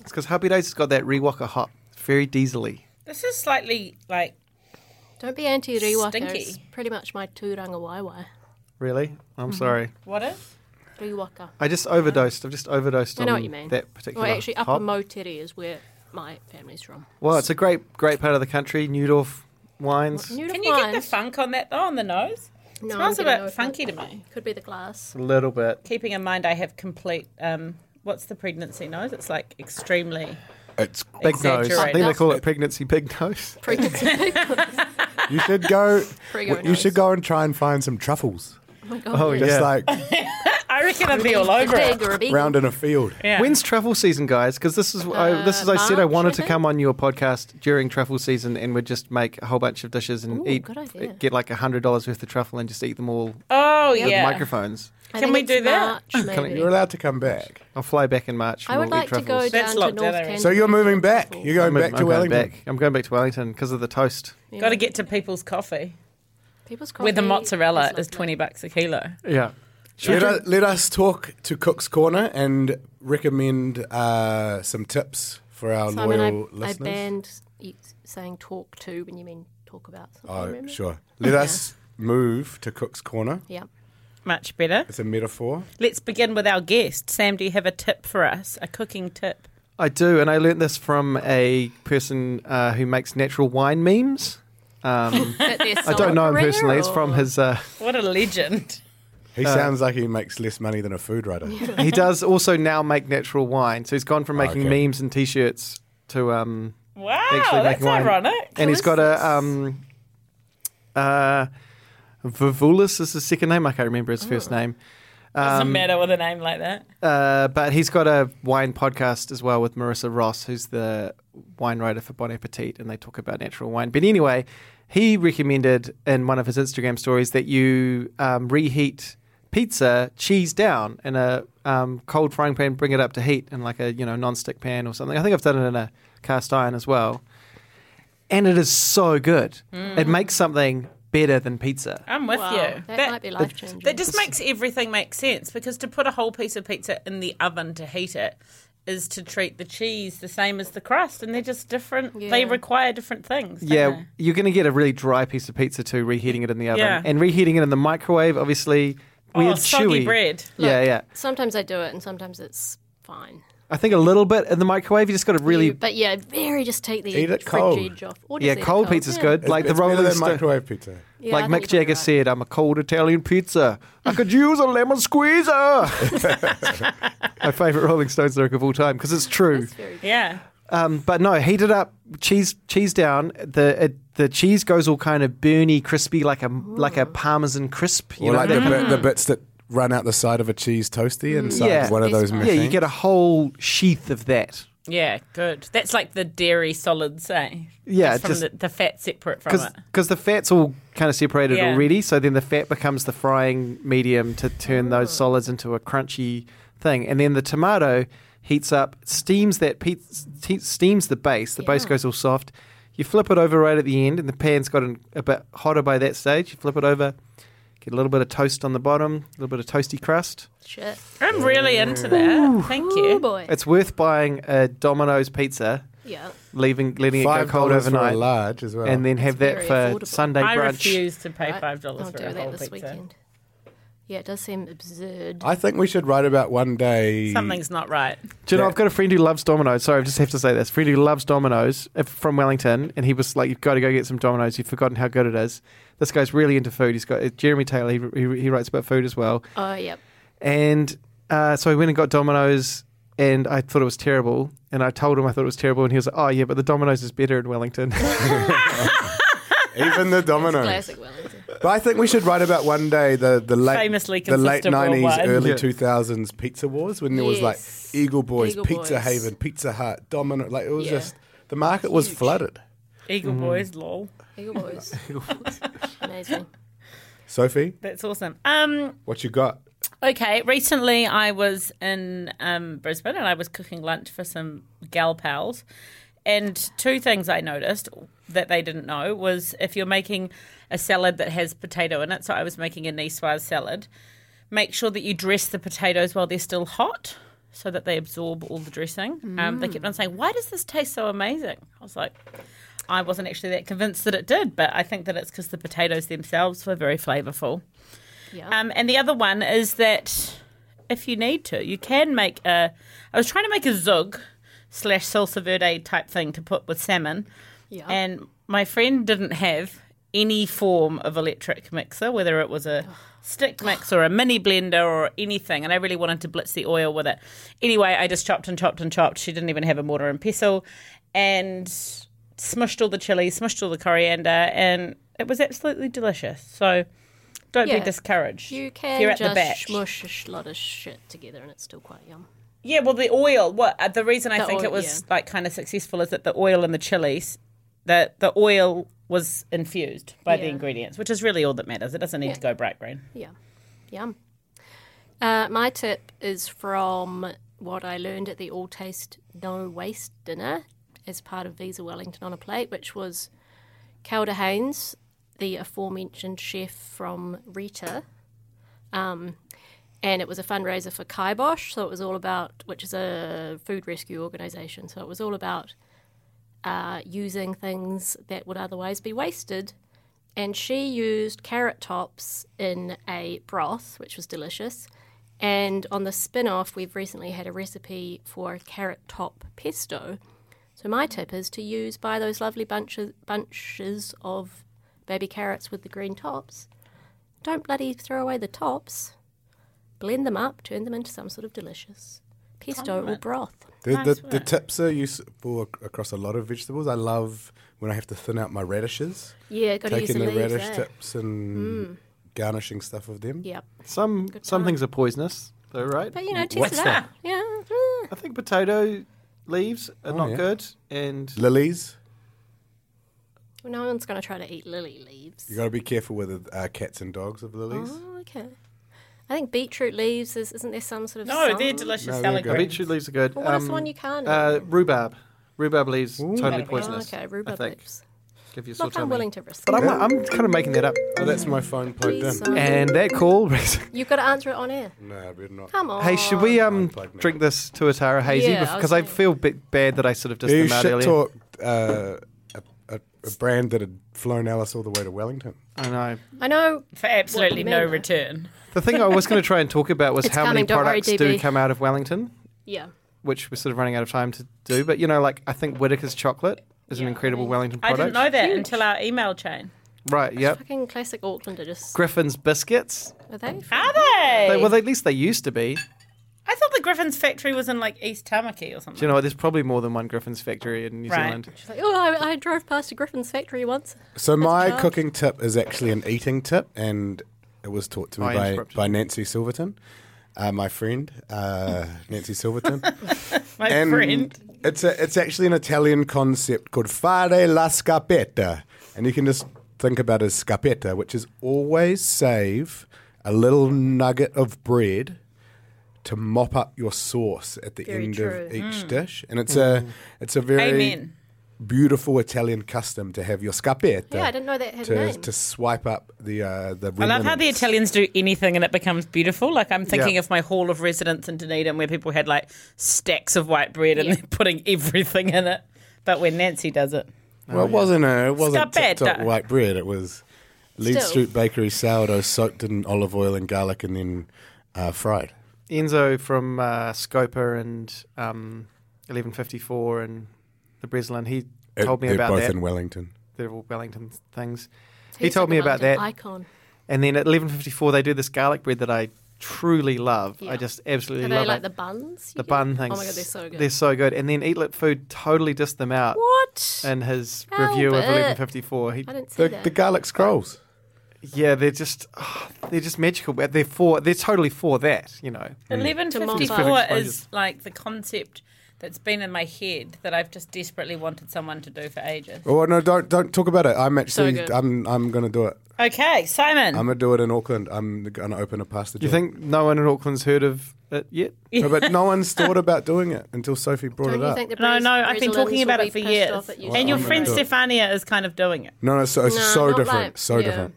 [SPEAKER 5] It's because Happy Days has got that Rewaka hop, It's very diesely.
[SPEAKER 7] This is slightly like
[SPEAKER 6] Don't be anti Riwaka.
[SPEAKER 7] Stinky.
[SPEAKER 6] It's pretty much my tūranga waiwai.
[SPEAKER 5] Really?
[SPEAKER 6] Mm-hmm.
[SPEAKER 5] I'm sorry.
[SPEAKER 7] what is?
[SPEAKER 6] Riwaka.
[SPEAKER 5] I just overdosed. I've just overdosed
[SPEAKER 6] I
[SPEAKER 5] on
[SPEAKER 6] know what you mean.
[SPEAKER 5] that particular
[SPEAKER 6] Well, actually,
[SPEAKER 5] hop.
[SPEAKER 6] Upper Moteri is where my family's from.
[SPEAKER 5] well, it's a great, great part of the country. Newdorf wines.
[SPEAKER 6] New
[SPEAKER 7] Can you get the funk on that though on the nose?
[SPEAKER 6] No,
[SPEAKER 7] Smells a
[SPEAKER 6] I'm getting
[SPEAKER 7] bit
[SPEAKER 6] no
[SPEAKER 7] funky to
[SPEAKER 6] funk.
[SPEAKER 7] me.
[SPEAKER 6] Could be the
[SPEAKER 5] [LAUGHS]
[SPEAKER 6] glass.
[SPEAKER 5] a little bit.
[SPEAKER 7] Keeping in mind, I have complete. Um, what's the pregnancy nose? It's like extremely.
[SPEAKER 4] It's
[SPEAKER 5] Big nose. I
[SPEAKER 7] Exaggerated.
[SPEAKER 5] think they call it pregnancy big nose.
[SPEAKER 6] Pregnancy.
[SPEAKER 5] [LAUGHS]
[SPEAKER 4] you should go.
[SPEAKER 6] Frigo
[SPEAKER 4] you should
[SPEAKER 6] nose.
[SPEAKER 4] go and try and find some truffles.
[SPEAKER 6] oh my god.
[SPEAKER 5] Oh,
[SPEAKER 4] Just
[SPEAKER 6] [LAUGHS]
[SPEAKER 5] Yeah.
[SPEAKER 4] like
[SPEAKER 7] I reckon I'd be all over it.
[SPEAKER 6] Big or a big.
[SPEAKER 4] round in a field.
[SPEAKER 7] Yeah.
[SPEAKER 5] When's travel season, guys? Because this is I, this is I said I
[SPEAKER 6] Uh, March,
[SPEAKER 5] wanted
[SPEAKER 6] I
[SPEAKER 5] to
[SPEAKER 6] think.
[SPEAKER 5] come on your podcast during travel season, and we'd just make a whole bunch of dishes and
[SPEAKER 6] Ooh,
[SPEAKER 5] eat, eh,
[SPEAKER 6] good idea.
[SPEAKER 5] get like hundred dollars worth of truffle and just eat them all.
[SPEAKER 7] Oh
[SPEAKER 5] with
[SPEAKER 7] yeah.
[SPEAKER 5] microphones.
[SPEAKER 6] I
[SPEAKER 7] Can
[SPEAKER 6] think
[SPEAKER 7] we
[SPEAKER 6] it's
[SPEAKER 7] do that?
[SPEAKER 6] March, maybe.
[SPEAKER 4] You're allowed to come back.
[SPEAKER 5] I'll fly back in March.
[SPEAKER 6] I
[SPEAKER 5] and
[SPEAKER 6] would
[SPEAKER 5] we'll
[SPEAKER 6] like
[SPEAKER 5] eat
[SPEAKER 6] to go
[SPEAKER 5] truffles.
[SPEAKER 7] That's
[SPEAKER 6] down to
[SPEAKER 7] locked down,
[SPEAKER 6] North
[SPEAKER 7] I reckon.
[SPEAKER 6] Canterbury.
[SPEAKER 4] So you're moving back. You're going
[SPEAKER 5] I'm,
[SPEAKER 4] back
[SPEAKER 5] I'm
[SPEAKER 4] to
[SPEAKER 5] going
[SPEAKER 4] Wellington.
[SPEAKER 5] back. I'm going back to Wellington because of the toast.
[SPEAKER 7] Got to get to people's coffee,
[SPEAKER 6] People's coffee
[SPEAKER 7] where the mozzarella is
[SPEAKER 6] lovely.
[SPEAKER 7] twenty bucks a kilo.
[SPEAKER 5] Yeah.
[SPEAKER 4] Let, us, let us talk to Cook's Corner and recommend uh, some tips for our
[SPEAKER 6] Simon,
[SPEAKER 4] loyal
[SPEAKER 6] I, I
[SPEAKER 4] listeners.
[SPEAKER 6] banned you saying talk to when you mean talk about something.
[SPEAKER 4] oh,
[SPEAKER 6] remember?
[SPEAKER 4] sure. Let us move to Cook's Corner.
[SPEAKER 7] [LAUGHS]
[SPEAKER 6] Yeah.
[SPEAKER 7] Much better.
[SPEAKER 4] It's a metaphor.
[SPEAKER 7] Let's begin with our guest. Sam, do you have a tip for us? A cooking tip?
[SPEAKER 5] I do, and I learnt this from a person uh, who makes natural wine memes. Um, I don't know him personally. It's from his. Uh,
[SPEAKER 7] What a legend.
[SPEAKER 4] He sounds like he makes less money than a food writer.
[SPEAKER 5] he does also now make natural wine. So he's gone from making
[SPEAKER 4] Okay.
[SPEAKER 5] memes and t-shirts to um,
[SPEAKER 7] Wow,
[SPEAKER 5] actually
[SPEAKER 7] that's
[SPEAKER 5] making wine.
[SPEAKER 7] ironic.
[SPEAKER 5] And he's got a um, uh, Vivulis is his second name. I can't remember his first name.
[SPEAKER 7] Doesn't matter with a name like that.
[SPEAKER 5] Uh, but he's got a wine podcast as well with Marissa Ross, who's the wine writer for Bon Appetit, and they talk about natural wine. But anyway, he recommended in one of his Instagram stories that you um, reheat pizza cheese down in a um, cold frying pan, bring it up to heat in like a you know non-stick pan or something. I think I've done it in a cast iron as well, and it is so good. It makes something better than pizza.
[SPEAKER 7] I'm with
[SPEAKER 6] Wow,
[SPEAKER 7] you.
[SPEAKER 6] that, might be life changing.
[SPEAKER 7] that just makes everything make sense because to put a whole piece of pizza in the oven to heat it is to treat the cheese the same as the crust, and they're just different. They
[SPEAKER 6] Yeah.
[SPEAKER 7] require different things. don't
[SPEAKER 5] Yeah,
[SPEAKER 7] they?
[SPEAKER 5] you're going to get a really dry piece of pizza too, reheating it in the oven.
[SPEAKER 7] Yeah.
[SPEAKER 5] And reheating it in the microwave, obviously, weird
[SPEAKER 7] oh, soggy
[SPEAKER 5] chewy.
[SPEAKER 7] bread.
[SPEAKER 5] yeah, yeah.
[SPEAKER 6] Sometimes I do it, and sometimes it's fine.
[SPEAKER 5] I think a little bit in the microwave, you just got to really.
[SPEAKER 6] You- but yeah, very just take the
[SPEAKER 4] Eat it
[SPEAKER 6] fridge
[SPEAKER 4] cold.
[SPEAKER 6] edge off. Or just
[SPEAKER 5] yeah,
[SPEAKER 6] eat it
[SPEAKER 5] cold pizza's
[SPEAKER 6] yeah.
[SPEAKER 5] good. like
[SPEAKER 4] it's
[SPEAKER 5] the
[SPEAKER 4] better
[SPEAKER 5] Rolling
[SPEAKER 4] than
[SPEAKER 5] Stone.
[SPEAKER 4] microwave pizza.
[SPEAKER 6] Yeah, I think you
[SPEAKER 5] like Mick
[SPEAKER 6] might be
[SPEAKER 5] Jagger
[SPEAKER 6] right.
[SPEAKER 5] said, I'm a cold Italian pizza. I could use a lemon
[SPEAKER 6] [LAUGHS]
[SPEAKER 5] squeezer. My favourite Rolling Stones lyric of all time because it's true.
[SPEAKER 7] Yeah.
[SPEAKER 5] Um, but no, heat it up, cheese cheese down. The it, the cheese goes all kind of burny, crispy, like a like a parmesan crisp. You
[SPEAKER 4] or
[SPEAKER 5] know,
[SPEAKER 4] like
[SPEAKER 5] that-
[SPEAKER 4] the, bit, the bits that run out the side of a cheese toasty inside one of those machines.
[SPEAKER 5] Mm, Yeah, you get a whole sheath of that.
[SPEAKER 7] Yeah, good. That's like the dairy solids, eh?
[SPEAKER 5] Yeah,
[SPEAKER 7] That's from
[SPEAKER 5] just-
[SPEAKER 7] the, the fat separate from it.
[SPEAKER 5] Because the fat's all kind of separated
[SPEAKER 7] Yeah.
[SPEAKER 5] already, so then the fat becomes the frying medium to turn those solids into a crunchy thing. And then the tomato heats up, steams that pe- ste- steams the base. The base goes all soft. You flip it over right at the end, and the pan's gotten a bit hotter by that stage. You flip it over, get a little bit of toast on the bottom, a little bit of toasty crust.
[SPEAKER 6] Shit.
[SPEAKER 7] I'm really into that. Thank
[SPEAKER 6] Oh
[SPEAKER 7] you.
[SPEAKER 6] boy.
[SPEAKER 5] It's worth buying a Domino's pizza,
[SPEAKER 6] yeah.
[SPEAKER 5] leaving letting
[SPEAKER 4] Five
[SPEAKER 5] it go cold
[SPEAKER 4] dollars for
[SPEAKER 5] overnight.
[SPEAKER 4] a large as well.
[SPEAKER 5] and then have that
[SPEAKER 6] very
[SPEAKER 5] for
[SPEAKER 6] affordable.
[SPEAKER 5] Sunday
[SPEAKER 7] I
[SPEAKER 5] brunch.
[SPEAKER 7] refuse to pay five dollars
[SPEAKER 6] I'll
[SPEAKER 7] for
[SPEAKER 6] do
[SPEAKER 7] a
[SPEAKER 6] that
[SPEAKER 7] whole
[SPEAKER 6] this
[SPEAKER 7] pizza.
[SPEAKER 6] weekend. Yeah, it does seem absurd.
[SPEAKER 4] I think we should write about one
[SPEAKER 6] [LAUGHS]
[SPEAKER 4] day.
[SPEAKER 7] Something's not right.
[SPEAKER 5] Do you know,
[SPEAKER 4] Yeah.
[SPEAKER 5] I've got a friend who loves Domino's. Sorry, I just have to say this. Friend who loves Domino's uh, from Wellington, and he was like, "You've got to go get some Domino's. You've forgotten how good it is." This guy's really into food. He's got uh, Jeremy Taylor. He, he, he writes about food as well,
[SPEAKER 6] Oh, yeah.
[SPEAKER 5] and uh, so he went and got Domino's and I thought it was terrible. And I told him I thought it was terrible, and he was like, "Oh yeah, but the Domino's is better in Wellington." [LAUGHS]
[SPEAKER 4] Even the Domino.
[SPEAKER 6] Classic Wellington.
[SPEAKER 4] But I think we should write about one day the, the late
[SPEAKER 7] Famously
[SPEAKER 4] the late
[SPEAKER 7] consistent
[SPEAKER 4] nineties,
[SPEAKER 7] worldwide.
[SPEAKER 4] early
[SPEAKER 5] Yeah.
[SPEAKER 4] two thousands pizza wars when there was like
[SPEAKER 6] Yes.
[SPEAKER 4] Eagle Boys,
[SPEAKER 6] Eagle
[SPEAKER 4] Pizza
[SPEAKER 6] Boys.
[SPEAKER 4] Haven, Pizza Hut, Domino. Like it was
[SPEAKER 6] Yeah.
[SPEAKER 4] just the market was flooded.
[SPEAKER 7] Eagle
[SPEAKER 5] Mm-hmm.
[SPEAKER 7] Boys, lol.
[SPEAKER 6] Eagle
[SPEAKER 5] [LAUGHS]
[SPEAKER 6] Boys. Amazing.
[SPEAKER 4] Sophie,
[SPEAKER 7] That's awesome. Um,
[SPEAKER 4] what you got?
[SPEAKER 7] Okay, recently I was in um, Brisbane and I was cooking lunch for some gal pals. And two things I noticed that they didn't know was if you're making a salad that has potato in it, so I was making a niçoise salad, make sure that you dress the potatoes while they're still hot so that they absorb all the dressing. Um, they kept on saying, Why does this taste so amazing? I was like, I wasn't actually that convinced that it did, but I think that it's because the potatoes themselves were very flavourful.
[SPEAKER 6] Yeah.
[SPEAKER 7] Um, and the other one is that if you need to, you can make a. I was trying to make a zug slash salsa verde type thing to put with salmon,
[SPEAKER 6] yeah.
[SPEAKER 7] and my friend didn't have any form of electric mixer, whether it was a stick mix or a mini blender or anything, and I really wanted to blitz the oil with it. Anyway, I just chopped and chopped and chopped. She didn't even have a mortar and pestle, and smushed all the chili, smushed all the coriander, and it was absolutely delicious. So. Don't
[SPEAKER 6] Yeah.
[SPEAKER 7] be discouraged.
[SPEAKER 6] you
[SPEAKER 7] If
[SPEAKER 6] can
[SPEAKER 7] you're at the
[SPEAKER 6] just
[SPEAKER 7] batch.
[SPEAKER 6] smush a lot of shit together and it's still quite yum.
[SPEAKER 7] Yeah, well, the oil. What uh, the reason I
[SPEAKER 6] The
[SPEAKER 7] think
[SPEAKER 6] oil,
[SPEAKER 7] it was
[SPEAKER 6] yeah.
[SPEAKER 7] like kind of successful is that the oil and the chilies, the the oil was infused by the
[SPEAKER 6] Yeah.
[SPEAKER 7] ingredients, which is really all that matters. It doesn't need to go bright green.
[SPEAKER 6] Yeah. Yum. Uh, my tip is from what I learned at the All Taste No Waste dinner as part of Visa Wellington on a Plate, which was Calder Haynes, the aforementioned chef from Rita. Um, and it was a fundraiser for Kibosh, so it was all about, which is a food rescue organisation, so it was all about uh, using things that would otherwise be wasted and she used carrot tops in a broth, which was delicious. And on the spin off, we've recently had a recipe for carrot top pesto. So, my tip is to use buy those lovely bunches, bunches of baby carrots with the green tops. Don't bloody throw away the tops. Blend them up, turn them into some sort of delicious pesto or broth.
[SPEAKER 4] The, the, the tips are useful ac- across a lot of vegetables. I love when I have to thin out my radishes,
[SPEAKER 6] Yeah, got to use
[SPEAKER 4] taking
[SPEAKER 6] the
[SPEAKER 4] the
[SPEAKER 6] leaves eh? Mm.
[SPEAKER 4] radish
[SPEAKER 6] there.
[SPEAKER 4] tips and garnishing stuff with them.
[SPEAKER 6] Yep.
[SPEAKER 5] some some things are poisonous, though, right?
[SPEAKER 6] But you know, test
[SPEAKER 4] What's
[SPEAKER 6] it out.
[SPEAKER 4] that?
[SPEAKER 6] Yeah. mm.
[SPEAKER 5] I think potato leaves are not
[SPEAKER 4] yeah.
[SPEAKER 5] good, and
[SPEAKER 4] Lilies,
[SPEAKER 6] Well, no one's going to try to eat lily leaves.
[SPEAKER 4] you got to be careful with uh, cats and dogs of lilies.
[SPEAKER 6] Oh, okay. I think beetroot leaves is isn't there some sort of
[SPEAKER 7] No,
[SPEAKER 6] sun?
[SPEAKER 7] they're delicious
[SPEAKER 4] No, they're
[SPEAKER 7] salad
[SPEAKER 4] good.
[SPEAKER 7] greens.
[SPEAKER 5] beetroot leaves are good.
[SPEAKER 6] Well, what is the
[SPEAKER 5] Um,
[SPEAKER 6] one you can't eat?
[SPEAKER 5] Uh, rhubarb. Rhubarb leaves totally
[SPEAKER 7] Rhubarb.
[SPEAKER 6] oh,
[SPEAKER 5] poisonous.
[SPEAKER 6] okay,
[SPEAKER 5] I
[SPEAKER 6] rhubarb
[SPEAKER 5] think.
[SPEAKER 6] leaves.
[SPEAKER 5] Give you
[SPEAKER 6] Look,
[SPEAKER 5] sore
[SPEAKER 6] I'm
[SPEAKER 5] tummy.
[SPEAKER 6] willing to risk
[SPEAKER 5] But
[SPEAKER 6] it.
[SPEAKER 5] I'm, I'm kind of making that up.
[SPEAKER 4] Oh, that's my phone plugged in.
[SPEAKER 6] Please, um,
[SPEAKER 5] And that [LAUGHS] call.
[SPEAKER 6] You've got to answer it on air.
[SPEAKER 4] No, we're not.
[SPEAKER 6] Come on.
[SPEAKER 5] hey, should we um
[SPEAKER 4] Unplugged now.
[SPEAKER 5] drink this tuatara hazy?
[SPEAKER 6] Yeah, I was
[SPEAKER 5] because I
[SPEAKER 6] saying.
[SPEAKER 5] feel a bit bad that I sort of dissed
[SPEAKER 4] You
[SPEAKER 5] them out
[SPEAKER 4] shit
[SPEAKER 5] earlier.
[SPEAKER 4] talked uh, a, a, a brand that had flown Alice all the way to Wellington.
[SPEAKER 5] I know.
[SPEAKER 6] I know.
[SPEAKER 7] For absolutely
[SPEAKER 6] What
[SPEAKER 7] no
[SPEAKER 6] do you mean,
[SPEAKER 7] return.
[SPEAKER 5] The thing I was going to try and talk about was
[SPEAKER 6] It's
[SPEAKER 5] how many
[SPEAKER 6] coming, don't worry,
[SPEAKER 5] products do
[SPEAKER 6] DB.
[SPEAKER 5] come out of Wellington,
[SPEAKER 6] Yeah.
[SPEAKER 5] which we're sort of running out of time to do. But you know, like I think Whitaker's chocolate is an incredible Wellington
[SPEAKER 7] I
[SPEAKER 5] product.
[SPEAKER 7] didn't know that until our email chain.
[SPEAKER 5] Right? Yep.
[SPEAKER 6] Fucking classic Aucklander just.
[SPEAKER 5] Griffin's biscuits.
[SPEAKER 6] Are they?
[SPEAKER 7] Are they?
[SPEAKER 5] They, well, at least they used to be.
[SPEAKER 7] I thought the Griffin's factory was in like East Tamaki or something.
[SPEAKER 5] Do you know what? There's probably more than one Griffin's factory in New
[SPEAKER 7] Right.
[SPEAKER 5] Zealand.
[SPEAKER 6] She's like, oh, I, I drove past a Griffin's factory once.
[SPEAKER 4] So my
[SPEAKER 6] charge.
[SPEAKER 4] cooking tip is actually an eating tip, and it was taught to me
[SPEAKER 5] I
[SPEAKER 4] by,
[SPEAKER 5] interrupted
[SPEAKER 4] by Nancy Silverton, uh, my friend, uh, Nancy
[SPEAKER 6] [LAUGHS]
[SPEAKER 4] Silverton.
[SPEAKER 7] My
[SPEAKER 4] and
[SPEAKER 7] friend.
[SPEAKER 4] It's a, it's actually an Italian concept called fare la scarpetta, and you can just think about it as scarpetta, which is always save a little nugget of bread to mop up your sauce at the
[SPEAKER 6] Very
[SPEAKER 4] end
[SPEAKER 6] true. Mm.
[SPEAKER 4] of each dish, and it's a it's a very
[SPEAKER 7] Amen.
[SPEAKER 4] beautiful Italian custom to have your scarpetta.
[SPEAKER 6] Yeah, I didn't know that had
[SPEAKER 4] to,
[SPEAKER 6] a name.
[SPEAKER 4] to swipe up the uh, the.
[SPEAKER 7] I love how the
[SPEAKER 4] remnants.
[SPEAKER 7] Italians do anything and it becomes beautiful. Like I'm thinking
[SPEAKER 5] Yeah.
[SPEAKER 7] of my hall of residence in Dunedin where people had like stacks of white bread and they're putting everything in it. But when Nancy does it,
[SPEAKER 4] Well,
[SPEAKER 6] Oh,
[SPEAKER 4] it wasn't a it wasn't
[SPEAKER 7] Scarpetta.
[SPEAKER 4] top white bread. It was Leeds
[SPEAKER 6] uh, Still.
[SPEAKER 4] Street Bakery sourdough soaked in olive oil and garlic and then uh, fried.
[SPEAKER 5] Enzo from uh, Scopa and um, 1154 and the Breslin, he
[SPEAKER 4] It-
[SPEAKER 5] told me
[SPEAKER 4] they're
[SPEAKER 5] about
[SPEAKER 4] both
[SPEAKER 5] that.
[SPEAKER 4] in Wellington.
[SPEAKER 5] They're all Wellington things.
[SPEAKER 6] He's
[SPEAKER 5] told
[SPEAKER 6] like
[SPEAKER 5] me
[SPEAKER 6] a
[SPEAKER 5] about
[SPEAKER 6] London
[SPEAKER 5] that.
[SPEAKER 6] Icon.
[SPEAKER 5] And then at 1154, they do this garlic bread that I truly love. I
[SPEAKER 6] Yeah.
[SPEAKER 5] just absolutely
[SPEAKER 6] Are
[SPEAKER 5] love
[SPEAKER 6] they like
[SPEAKER 5] it.
[SPEAKER 6] the buns? you
[SPEAKER 5] the
[SPEAKER 6] get?
[SPEAKER 5] bun things.
[SPEAKER 6] Oh my god, they're so good.
[SPEAKER 5] They're so good. And then Eatlet Food totally dissed them out
[SPEAKER 6] what?
[SPEAKER 5] in his review of
[SPEAKER 6] Albert.
[SPEAKER 5] 1154. He,
[SPEAKER 6] I didn't see
[SPEAKER 4] The,
[SPEAKER 6] that.
[SPEAKER 4] the garlic scrolls.
[SPEAKER 5] yeah, they're just oh, they're just magical. But They're for they're totally for that. You know,
[SPEAKER 7] Mm. Eleven fifty-four
[SPEAKER 5] Perfect
[SPEAKER 7] is
[SPEAKER 5] exposure.
[SPEAKER 7] like the concept that's been in my head that I've just desperately wanted someone to do for ages.
[SPEAKER 4] Oh no, don't don't talk about it. I'm actually
[SPEAKER 6] good.
[SPEAKER 4] I'm I'm gonna do it.
[SPEAKER 7] Okay, Simon.
[SPEAKER 4] I'm gonna do it in Auckland. I'm gonna open a pasta.
[SPEAKER 5] you think no one in Auckland's heard of it yet?
[SPEAKER 4] No, but
[SPEAKER 6] [LAUGHS]
[SPEAKER 4] no one's thought about doing it until Sophie brought
[SPEAKER 6] Don't
[SPEAKER 4] it
[SPEAKER 6] you
[SPEAKER 4] up. Oh
[SPEAKER 6] think the
[SPEAKER 7] no,
[SPEAKER 6] Bres-
[SPEAKER 7] no, I've been
[SPEAKER 6] Breslins
[SPEAKER 7] talking
[SPEAKER 6] will
[SPEAKER 7] about
[SPEAKER 6] be
[SPEAKER 7] it for
[SPEAKER 6] pissed
[SPEAKER 7] years.
[SPEAKER 6] off at you?
[SPEAKER 7] and your
[SPEAKER 4] I'm gonna
[SPEAKER 7] friend
[SPEAKER 4] do it.
[SPEAKER 7] Stefania is kind of doing it.
[SPEAKER 4] no, no, so, it's
[SPEAKER 6] No,
[SPEAKER 4] so
[SPEAKER 6] not
[SPEAKER 4] different.
[SPEAKER 6] like-
[SPEAKER 4] so
[SPEAKER 6] yeah.
[SPEAKER 4] different.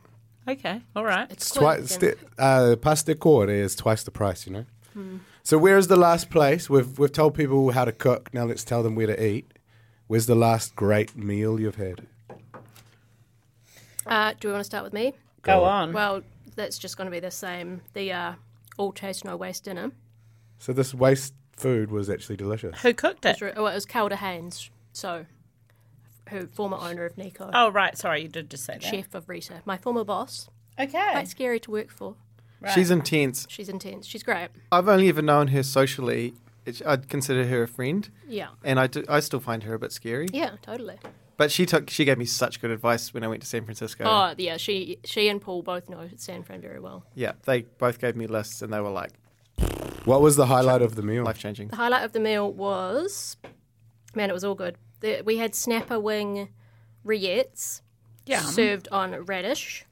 [SPEAKER 7] Okay, all right.
[SPEAKER 6] It's
[SPEAKER 4] It's
[SPEAKER 6] quick
[SPEAKER 4] twice.
[SPEAKER 6] and-
[SPEAKER 4] Sti- uh, pasta core is twice the price. You know.
[SPEAKER 6] Hmm.
[SPEAKER 4] So where is the last place? We've we've told people how to cook. Now let's tell them where to eat. Where's the last great meal you've had?
[SPEAKER 6] Uh, do we want to start with me?
[SPEAKER 7] Go on.
[SPEAKER 6] Well, that's just going to be the same. The uh, all taste no waste dinner.
[SPEAKER 4] So this waste food was actually delicious.
[SPEAKER 7] Who cooked it?
[SPEAKER 6] It's re- Well, it was Calder Haynes, so who former owner of Nico,
[SPEAKER 7] Oh, right. Sorry, you did just say that.
[SPEAKER 6] chef of Rita, my former boss.
[SPEAKER 7] Okay.
[SPEAKER 6] Quite scary to work for.
[SPEAKER 5] She's intense.
[SPEAKER 6] She's intense. She's great.
[SPEAKER 5] I've only ever known her socially. It's- I'd consider her a friend,
[SPEAKER 6] Yeah.
[SPEAKER 5] and I, do, I still find her a bit scary.
[SPEAKER 6] Yeah, totally.
[SPEAKER 5] But she took she gave me such good advice when I went to San Francisco.
[SPEAKER 6] Oh, yeah. She she and Paul both know San Fran very well.
[SPEAKER 5] Yeah, they both gave me lists, and they were like
[SPEAKER 4] What was the highlight of the meal?
[SPEAKER 5] life changing.
[SPEAKER 6] The highlight of the meal was, man, it was all good. The, we had snapper wing rillettes
[SPEAKER 7] Yeah.
[SPEAKER 6] served on radish,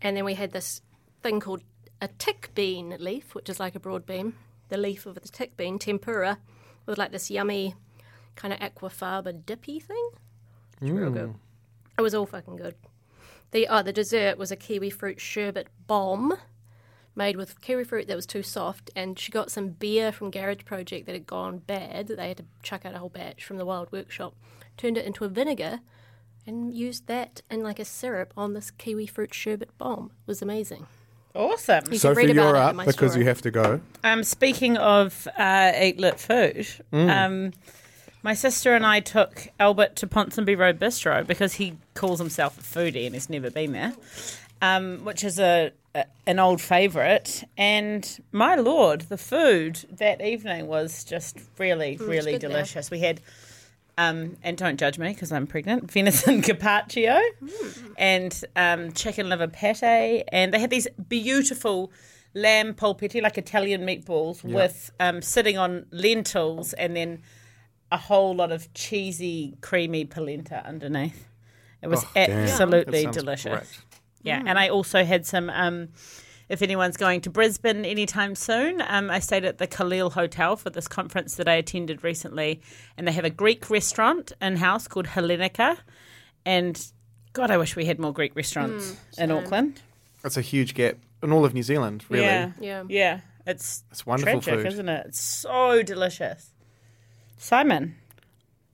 [SPEAKER 6] and then we had this thing called a tick bean leaf, which is like a broad bean, the leaf of the tick bean tempura, with like this yummy kind of aquafaba dippy thing. It's real good. It was all fucking good. The oh, the dessert was a kiwi fruit sherbet bomb made with kiwi fruit that was too soft, and she got some beer from Garage Project that had gone bad. That they had to chuck out a whole batch from the wild workshop, turned it into a vinegar, and used that and like a syrup on this kiwi fruit sherbet bomb. It was amazing.
[SPEAKER 7] Awesome.
[SPEAKER 6] You can
[SPEAKER 4] Sophie,
[SPEAKER 6] read about
[SPEAKER 4] you're
[SPEAKER 6] it
[SPEAKER 4] up
[SPEAKER 6] in my
[SPEAKER 4] because
[SPEAKER 6] story.
[SPEAKER 4] you have to go.
[SPEAKER 7] Um, speaking of uh, eat lit food, um, my sister and I took Albert to Ponsonby Road Bistro because he calls himself a foodie and he's never been there, um, which is a, a an old favourite. And my lord, the food that evening was just really, really
[SPEAKER 6] good there.
[SPEAKER 7] delicious. We had. Um, and don't judge me because I'm pregnant. Venison [LAUGHS] carpaccio and um, chicken liver pate, and they had these beautiful lamb polpetti, like Italian meatballs, with um, sitting on lentils and then a whole lot of cheesy, creamy polenta underneath. It was absolutely
[SPEAKER 5] Oh, That sounds
[SPEAKER 7] delicious.
[SPEAKER 5] great.
[SPEAKER 7] Yeah, and I also had some. Um, if anyone's going to Brisbane anytime soon, um, I stayed at the Khalil Hotel for this conference that I attended recently, and they have a Greek restaurant in house called Hellenica. And God, I wish we had more Greek restaurants in Auckland.
[SPEAKER 5] That's a huge gap in all of New Zealand, really.
[SPEAKER 7] Yeah,
[SPEAKER 6] Yeah.
[SPEAKER 7] yeah. It's
[SPEAKER 5] It's wonderful
[SPEAKER 7] tragic,
[SPEAKER 5] food.
[SPEAKER 7] isn't it? It's so delicious. Simon,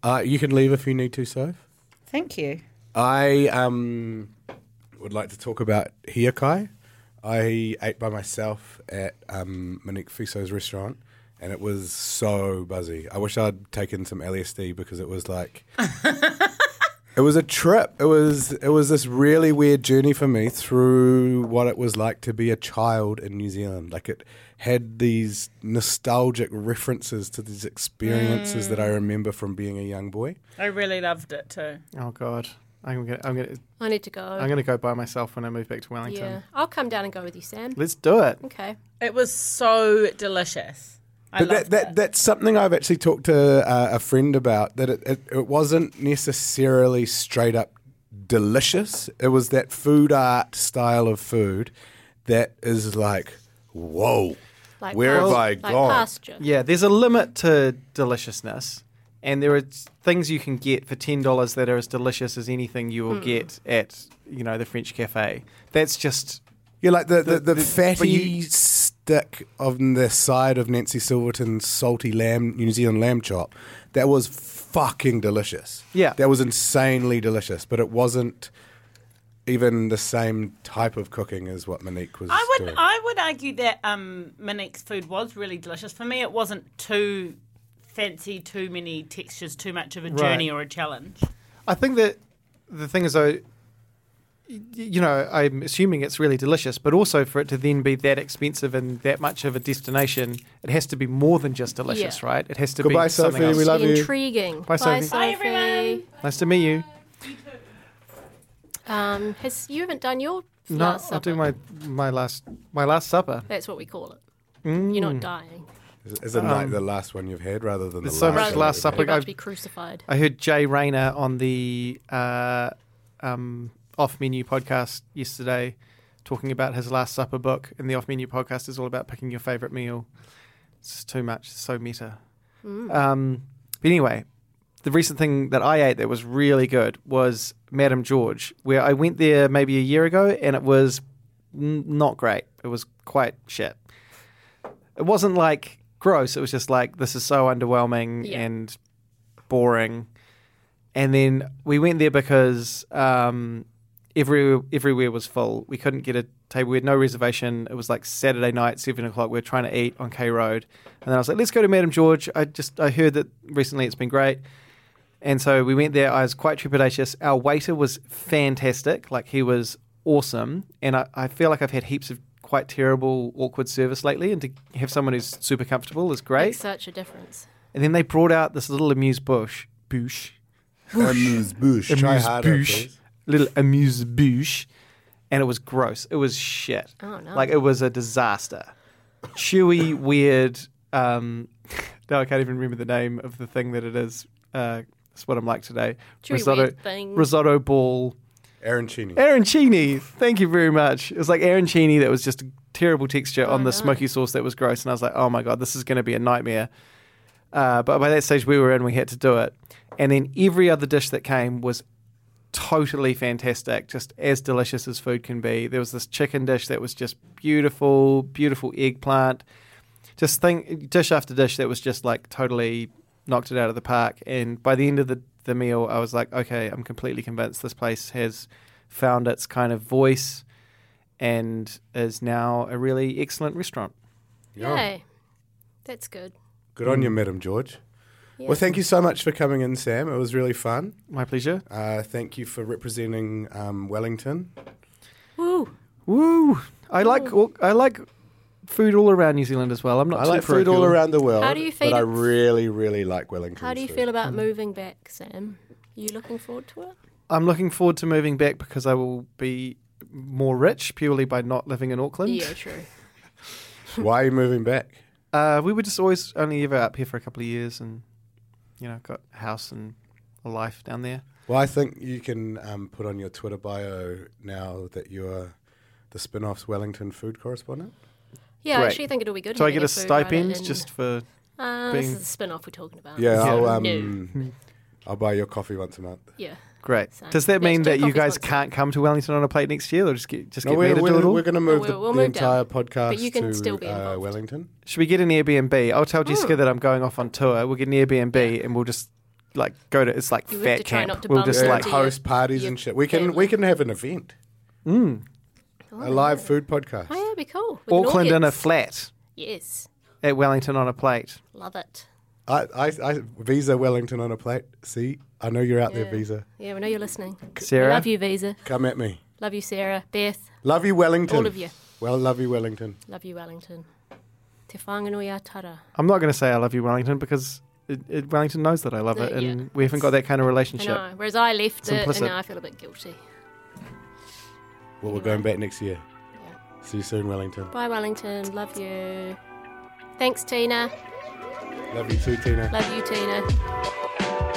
[SPEAKER 4] Uh, you can leave if you need to, Soph.
[SPEAKER 7] thank you.
[SPEAKER 4] I um, would like to talk about hiokai. I ate by myself at um, Monique Fuso's restaurant, and it was so buzzy. I wish I'd taken some LSD because it was like. It was a trip. It was it was this really weird journey for me through what it was like to be a child in New Zealand. Like it had these nostalgic references to these experiences that I remember from being a young boy.
[SPEAKER 7] I really loved it too.
[SPEAKER 5] Oh God, I'm gonna I'm gonna
[SPEAKER 6] I need to go.
[SPEAKER 5] I'm gonna go by myself when I move back to Wellington.
[SPEAKER 6] yeah, I'll come down and go with you, Sam.
[SPEAKER 5] Let's do it.
[SPEAKER 6] Okay.
[SPEAKER 7] It was so delicious. I
[SPEAKER 4] But
[SPEAKER 7] loved
[SPEAKER 4] that, that,
[SPEAKER 7] it.
[SPEAKER 4] that's something I've actually talked to uh, a friend about that it, it, it wasn't necessarily straight up delicious. It was that food art style of food that is like, whoa,
[SPEAKER 6] Like
[SPEAKER 4] where have
[SPEAKER 6] past-
[SPEAKER 4] I
[SPEAKER 6] like
[SPEAKER 4] gone?
[SPEAKER 6] pasture.
[SPEAKER 5] Yeah, there's a limit to deliciousness, and there are things you can get for ten dollars that are as delicious as anything you
[SPEAKER 6] Hmm.
[SPEAKER 5] will get at you know the French cafe. That's just
[SPEAKER 4] You're like the, the, the,
[SPEAKER 5] the-
[SPEAKER 4] fatty
[SPEAKER 5] but you-
[SPEAKER 4] stick on the side of Nancy Silverton's salty lamb, New Zealand lamb chop. That was fucking delicious.
[SPEAKER 5] Yeah.
[SPEAKER 4] That was insanely delicious, but it wasn't even the same type of cooking as what Monique was
[SPEAKER 7] I would
[SPEAKER 4] doing.
[SPEAKER 7] I would argue that um, Monique's food was really delicious. For me, it wasn't too fancy, too many textures, too much of a journey or a challenge.
[SPEAKER 5] I think that the thing is though, you know, I'm assuming it's really delicious, but also for it to then be that expensive and that much of a destination, it has to be more than just delicious,
[SPEAKER 6] Yeah.
[SPEAKER 5] right? It has to
[SPEAKER 4] Goodbye,
[SPEAKER 5] be something
[SPEAKER 4] Sophie,
[SPEAKER 5] else.
[SPEAKER 4] we love you.
[SPEAKER 6] Intriguing.
[SPEAKER 5] Bye, Sophie. Bye,
[SPEAKER 6] everyone.
[SPEAKER 5] nice to meet you.
[SPEAKER 6] Um, has you haven't done your
[SPEAKER 5] No,
[SPEAKER 6] last supper.
[SPEAKER 5] I'll do my my last my last supper.
[SPEAKER 6] That's what we call it. You're
[SPEAKER 5] Mm.
[SPEAKER 6] not dying.
[SPEAKER 4] Is, is it like the last one you've had rather than the
[SPEAKER 5] There's
[SPEAKER 4] last
[SPEAKER 5] Um, so much
[SPEAKER 4] one
[SPEAKER 5] Last
[SPEAKER 4] you've
[SPEAKER 5] Supper.
[SPEAKER 6] You're
[SPEAKER 4] had?
[SPEAKER 6] about
[SPEAKER 5] I've-
[SPEAKER 6] to be crucified.
[SPEAKER 5] I heard Jay Rayner on the uh, um, Off Menu podcast yesterday talking about his Last Supper book, and the Off Menu podcast is all about picking your favorite meal. It's just too much, it's so meta. Um, but anyway, the recent thing that I ate that was really good was Madame George, where I went there maybe a year ago, and it was n- not great. It was quite shit. It wasn't like gross. It was just like this is so underwhelming
[SPEAKER 6] Yeah.
[SPEAKER 5] and boring. And then we went there because um, every everywhere was full. We couldn't get a table. We had no reservation. It was like Saturday night, seven o'clock. We were trying to eat on K Road, and then I was like, "Let's go to Madame George." I just I heard that recently it's been great, and so we went there. I was quite trepidatious. Our waiter was fantastic. Like he was awesome, and I, I feel like I've had heaps of quite terrible, awkward service lately, and to have someone who's super comfortable is
[SPEAKER 6] Makes
[SPEAKER 5] great.
[SPEAKER 6] such a difference.
[SPEAKER 5] And then they brought out this little amuse bush, bush,
[SPEAKER 4] Amuse bouche. Try
[SPEAKER 5] amuse
[SPEAKER 4] harder,
[SPEAKER 5] bouche,
[SPEAKER 4] please.
[SPEAKER 5] little amuse bouche, and it was gross. It was shit.
[SPEAKER 6] Oh, no.
[SPEAKER 5] Like it was a disaster. Chewy, weird. Um, no, I can't even remember the name of the thing that it is. Uh, that's what I'm like today.
[SPEAKER 6] Chewy, weird thing.
[SPEAKER 5] risotto ball
[SPEAKER 4] Arancini.
[SPEAKER 5] Arancini. Thank you very much. It was like arancini that was just terrible texture on the smoky sauce that was gross, and I was like, oh my god, this is going to be a nightmare. Uh, but by that stage we were in, we had to do it, and then every other dish that came was totally fantastic, just as delicious as food can be. There was this chicken dish that was just beautiful, beautiful eggplant, just thing dish after dish that was just like totally knocked it out of the park. And by the end of the the meal, I was like, okay, I'm completely convinced this place has found its kind of voice and is now a really excellent restaurant.
[SPEAKER 6] Yay. That's good.
[SPEAKER 4] Good on you, Madam George. Well, thank you so much for coming in, Sam. It was really fun.
[SPEAKER 5] My pleasure.
[SPEAKER 4] Uh, thank you for representing um, Wellington.
[SPEAKER 6] Woo.
[SPEAKER 5] Woo! I like all, I like food all around New Zealand as well. I'm not
[SPEAKER 4] I
[SPEAKER 5] too
[SPEAKER 4] like food all
[SPEAKER 5] parochial.
[SPEAKER 4] around the world.
[SPEAKER 6] How do you feel-
[SPEAKER 4] But I really, really like Wellington.
[SPEAKER 6] How do you feel
[SPEAKER 5] Mm.
[SPEAKER 6] about moving back, Sam? You looking forward to it?
[SPEAKER 5] I'm looking forward to moving back because I will be more rich purely by not living in Auckland.
[SPEAKER 6] Yeah, true.
[SPEAKER 4] Why are you moving back?
[SPEAKER 5] Uh, we were just always only ever up here for a couple of years, and you know, got a house and a life down there.
[SPEAKER 4] Well, I think you can um, put on your Twitter bio now that you're the spin off's Wellington food correspondent.
[SPEAKER 6] Yeah, I
[SPEAKER 5] Great.
[SPEAKER 6] actually think it'll be good.
[SPEAKER 5] Do I
[SPEAKER 6] having
[SPEAKER 5] get a
[SPEAKER 6] food writer
[SPEAKER 5] stipend
[SPEAKER 6] in-
[SPEAKER 5] just for?
[SPEAKER 6] Uh, This
[SPEAKER 5] being-
[SPEAKER 6] is a spin off we're talking about.
[SPEAKER 4] Yeah,
[SPEAKER 6] So
[SPEAKER 4] I'll,
[SPEAKER 6] new.
[SPEAKER 4] um, I'll buy your coffee once a month.
[SPEAKER 6] Yeah.
[SPEAKER 5] Great.
[SPEAKER 6] Same.
[SPEAKER 5] Does that
[SPEAKER 6] Let's
[SPEAKER 5] mean
[SPEAKER 6] do
[SPEAKER 5] that you
[SPEAKER 6] coffee
[SPEAKER 5] guys
[SPEAKER 6] sponsor.
[SPEAKER 5] can't come to Wellington on a plate next year, or just get just
[SPEAKER 4] No,
[SPEAKER 5] get me
[SPEAKER 4] we're,
[SPEAKER 5] to do it
[SPEAKER 4] we're,
[SPEAKER 5] all?
[SPEAKER 4] we're going to move
[SPEAKER 6] No,
[SPEAKER 4] the,
[SPEAKER 6] we'll- we'll
[SPEAKER 4] the
[SPEAKER 6] move down.
[SPEAKER 4] entire podcast
[SPEAKER 6] But you can
[SPEAKER 4] to
[SPEAKER 6] still be
[SPEAKER 4] uh,
[SPEAKER 6] involved.
[SPEAKER 4] Wellington.
[SPEAKER 5] Should we get an Airbnb? I'll tell
[SPEAKER 6] Oh.
[SPEAKER 5] Jessica that I'm going off on tour. We'll get an Airbnb and we'll just like go to it's like
[SPEAKER 6] You have
[SPEAKER 5] fat
[SPEAKER 6] to try
[SPEAKER 5] camp.
[SPEAKER 6] not to
[SPEAKER 5] we'll
[SPEAKER 6] bump
[SPEAKER 5] just
[SPEAKER 6] into
[SPEAKER 5] like
[SPEAKER 6] Do you-
[SPEAKER 4] host parties
[SPEAKER 6] you
[SPEAKER 4] and shit. We can
[SPEAKER 6] can-
[SPEAKER 4] we can have an event, a live food podcast.
[SPEAKER 6] Oh, yeah, it'd be cool. With an
[SPEAKER 5] Auckland in a
[SPEAKER 6] audience.
[SPEAKER 5] flat
[SPEAKER 6] Yes.
[SPEAKER 5] at Wellington on a plate.
[SPEAKER 6] Love it.
[SPEAKER 4] I, I, I Visa Wellington on a plate. See, I know you're out there, Visa.
[SPEAKER 6] Yeah, we know you're listening.
[SPEAKER 5] Sarah?
[SPEAKER 6] Love you, Visa.
[SPEAKER 4] Come at me.
[SPEAKER 6] Love you, Sarah. Beth.
[SPEAKER 4] Love you, Wellington.
[SPEAKER 6] All of you.
[SPEAKER 4] Well, love you, Wellington.
[SPEAKER 6] Love you, Wellington. Te whanganui a tara.
[SPEAKER 5] I'm not going to say I love you, Wellington, because it, it, Wellington knows that I love
[SPEAKER 6] No,
[SPEAKER 5] it,
[SPEAKER 6] yeah.
[SPEAKER 5] and we haven't got that kind of
[SPEAKER 6] I
[SPEAKER 5] relationship.
[SPEAKER 6] know. Whereas I left
[SPEAKER 5] It's
[SPEAKER 6] it,
[SPEAKER 5] implicit.
[SPEAKER 6] and now I feel a bit guilty.
[SPEAKER 4] Well, we're going back next year.
[SPEAKER 6] Yeah.
[SPEAKER 4] See you soon, Wellington.
[SPEAKER 6] Bye, Wellington. Love you. Thanks, Tina.
[SPEAKER 4] Love you too, Tina.
[SPEAKER 6] Love you, Tina.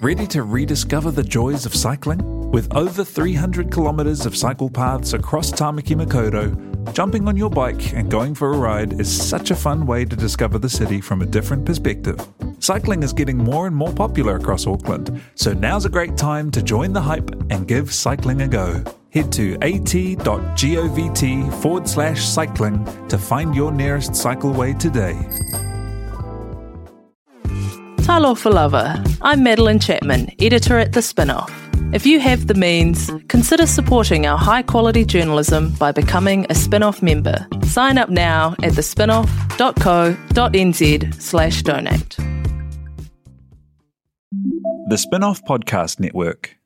[SPEAKER 1] Ready to rediscover the joys of cycling? With over 300 kilometres of cycle paths across Tamaki Makaurau, jumping on your bike and going for a ride is such a fun way to discover the city from a different perspective. Cycling is getting more and more popular across Auckland, so now's a great time to join the hype and give cycling a go. Head to at.govt forward slash cycling to find your nearest cycleway today.
[SPEAKER 9] Talo for Lover. I'm Madeline Chapman, editor at The Spinoff. If you have the means, consider supporting our high quality journalism by becoming a spin off member. Sign up now at thespinoff.co.nz slash donate.
[SPEAKER 1] The Spinoff Podcast Network.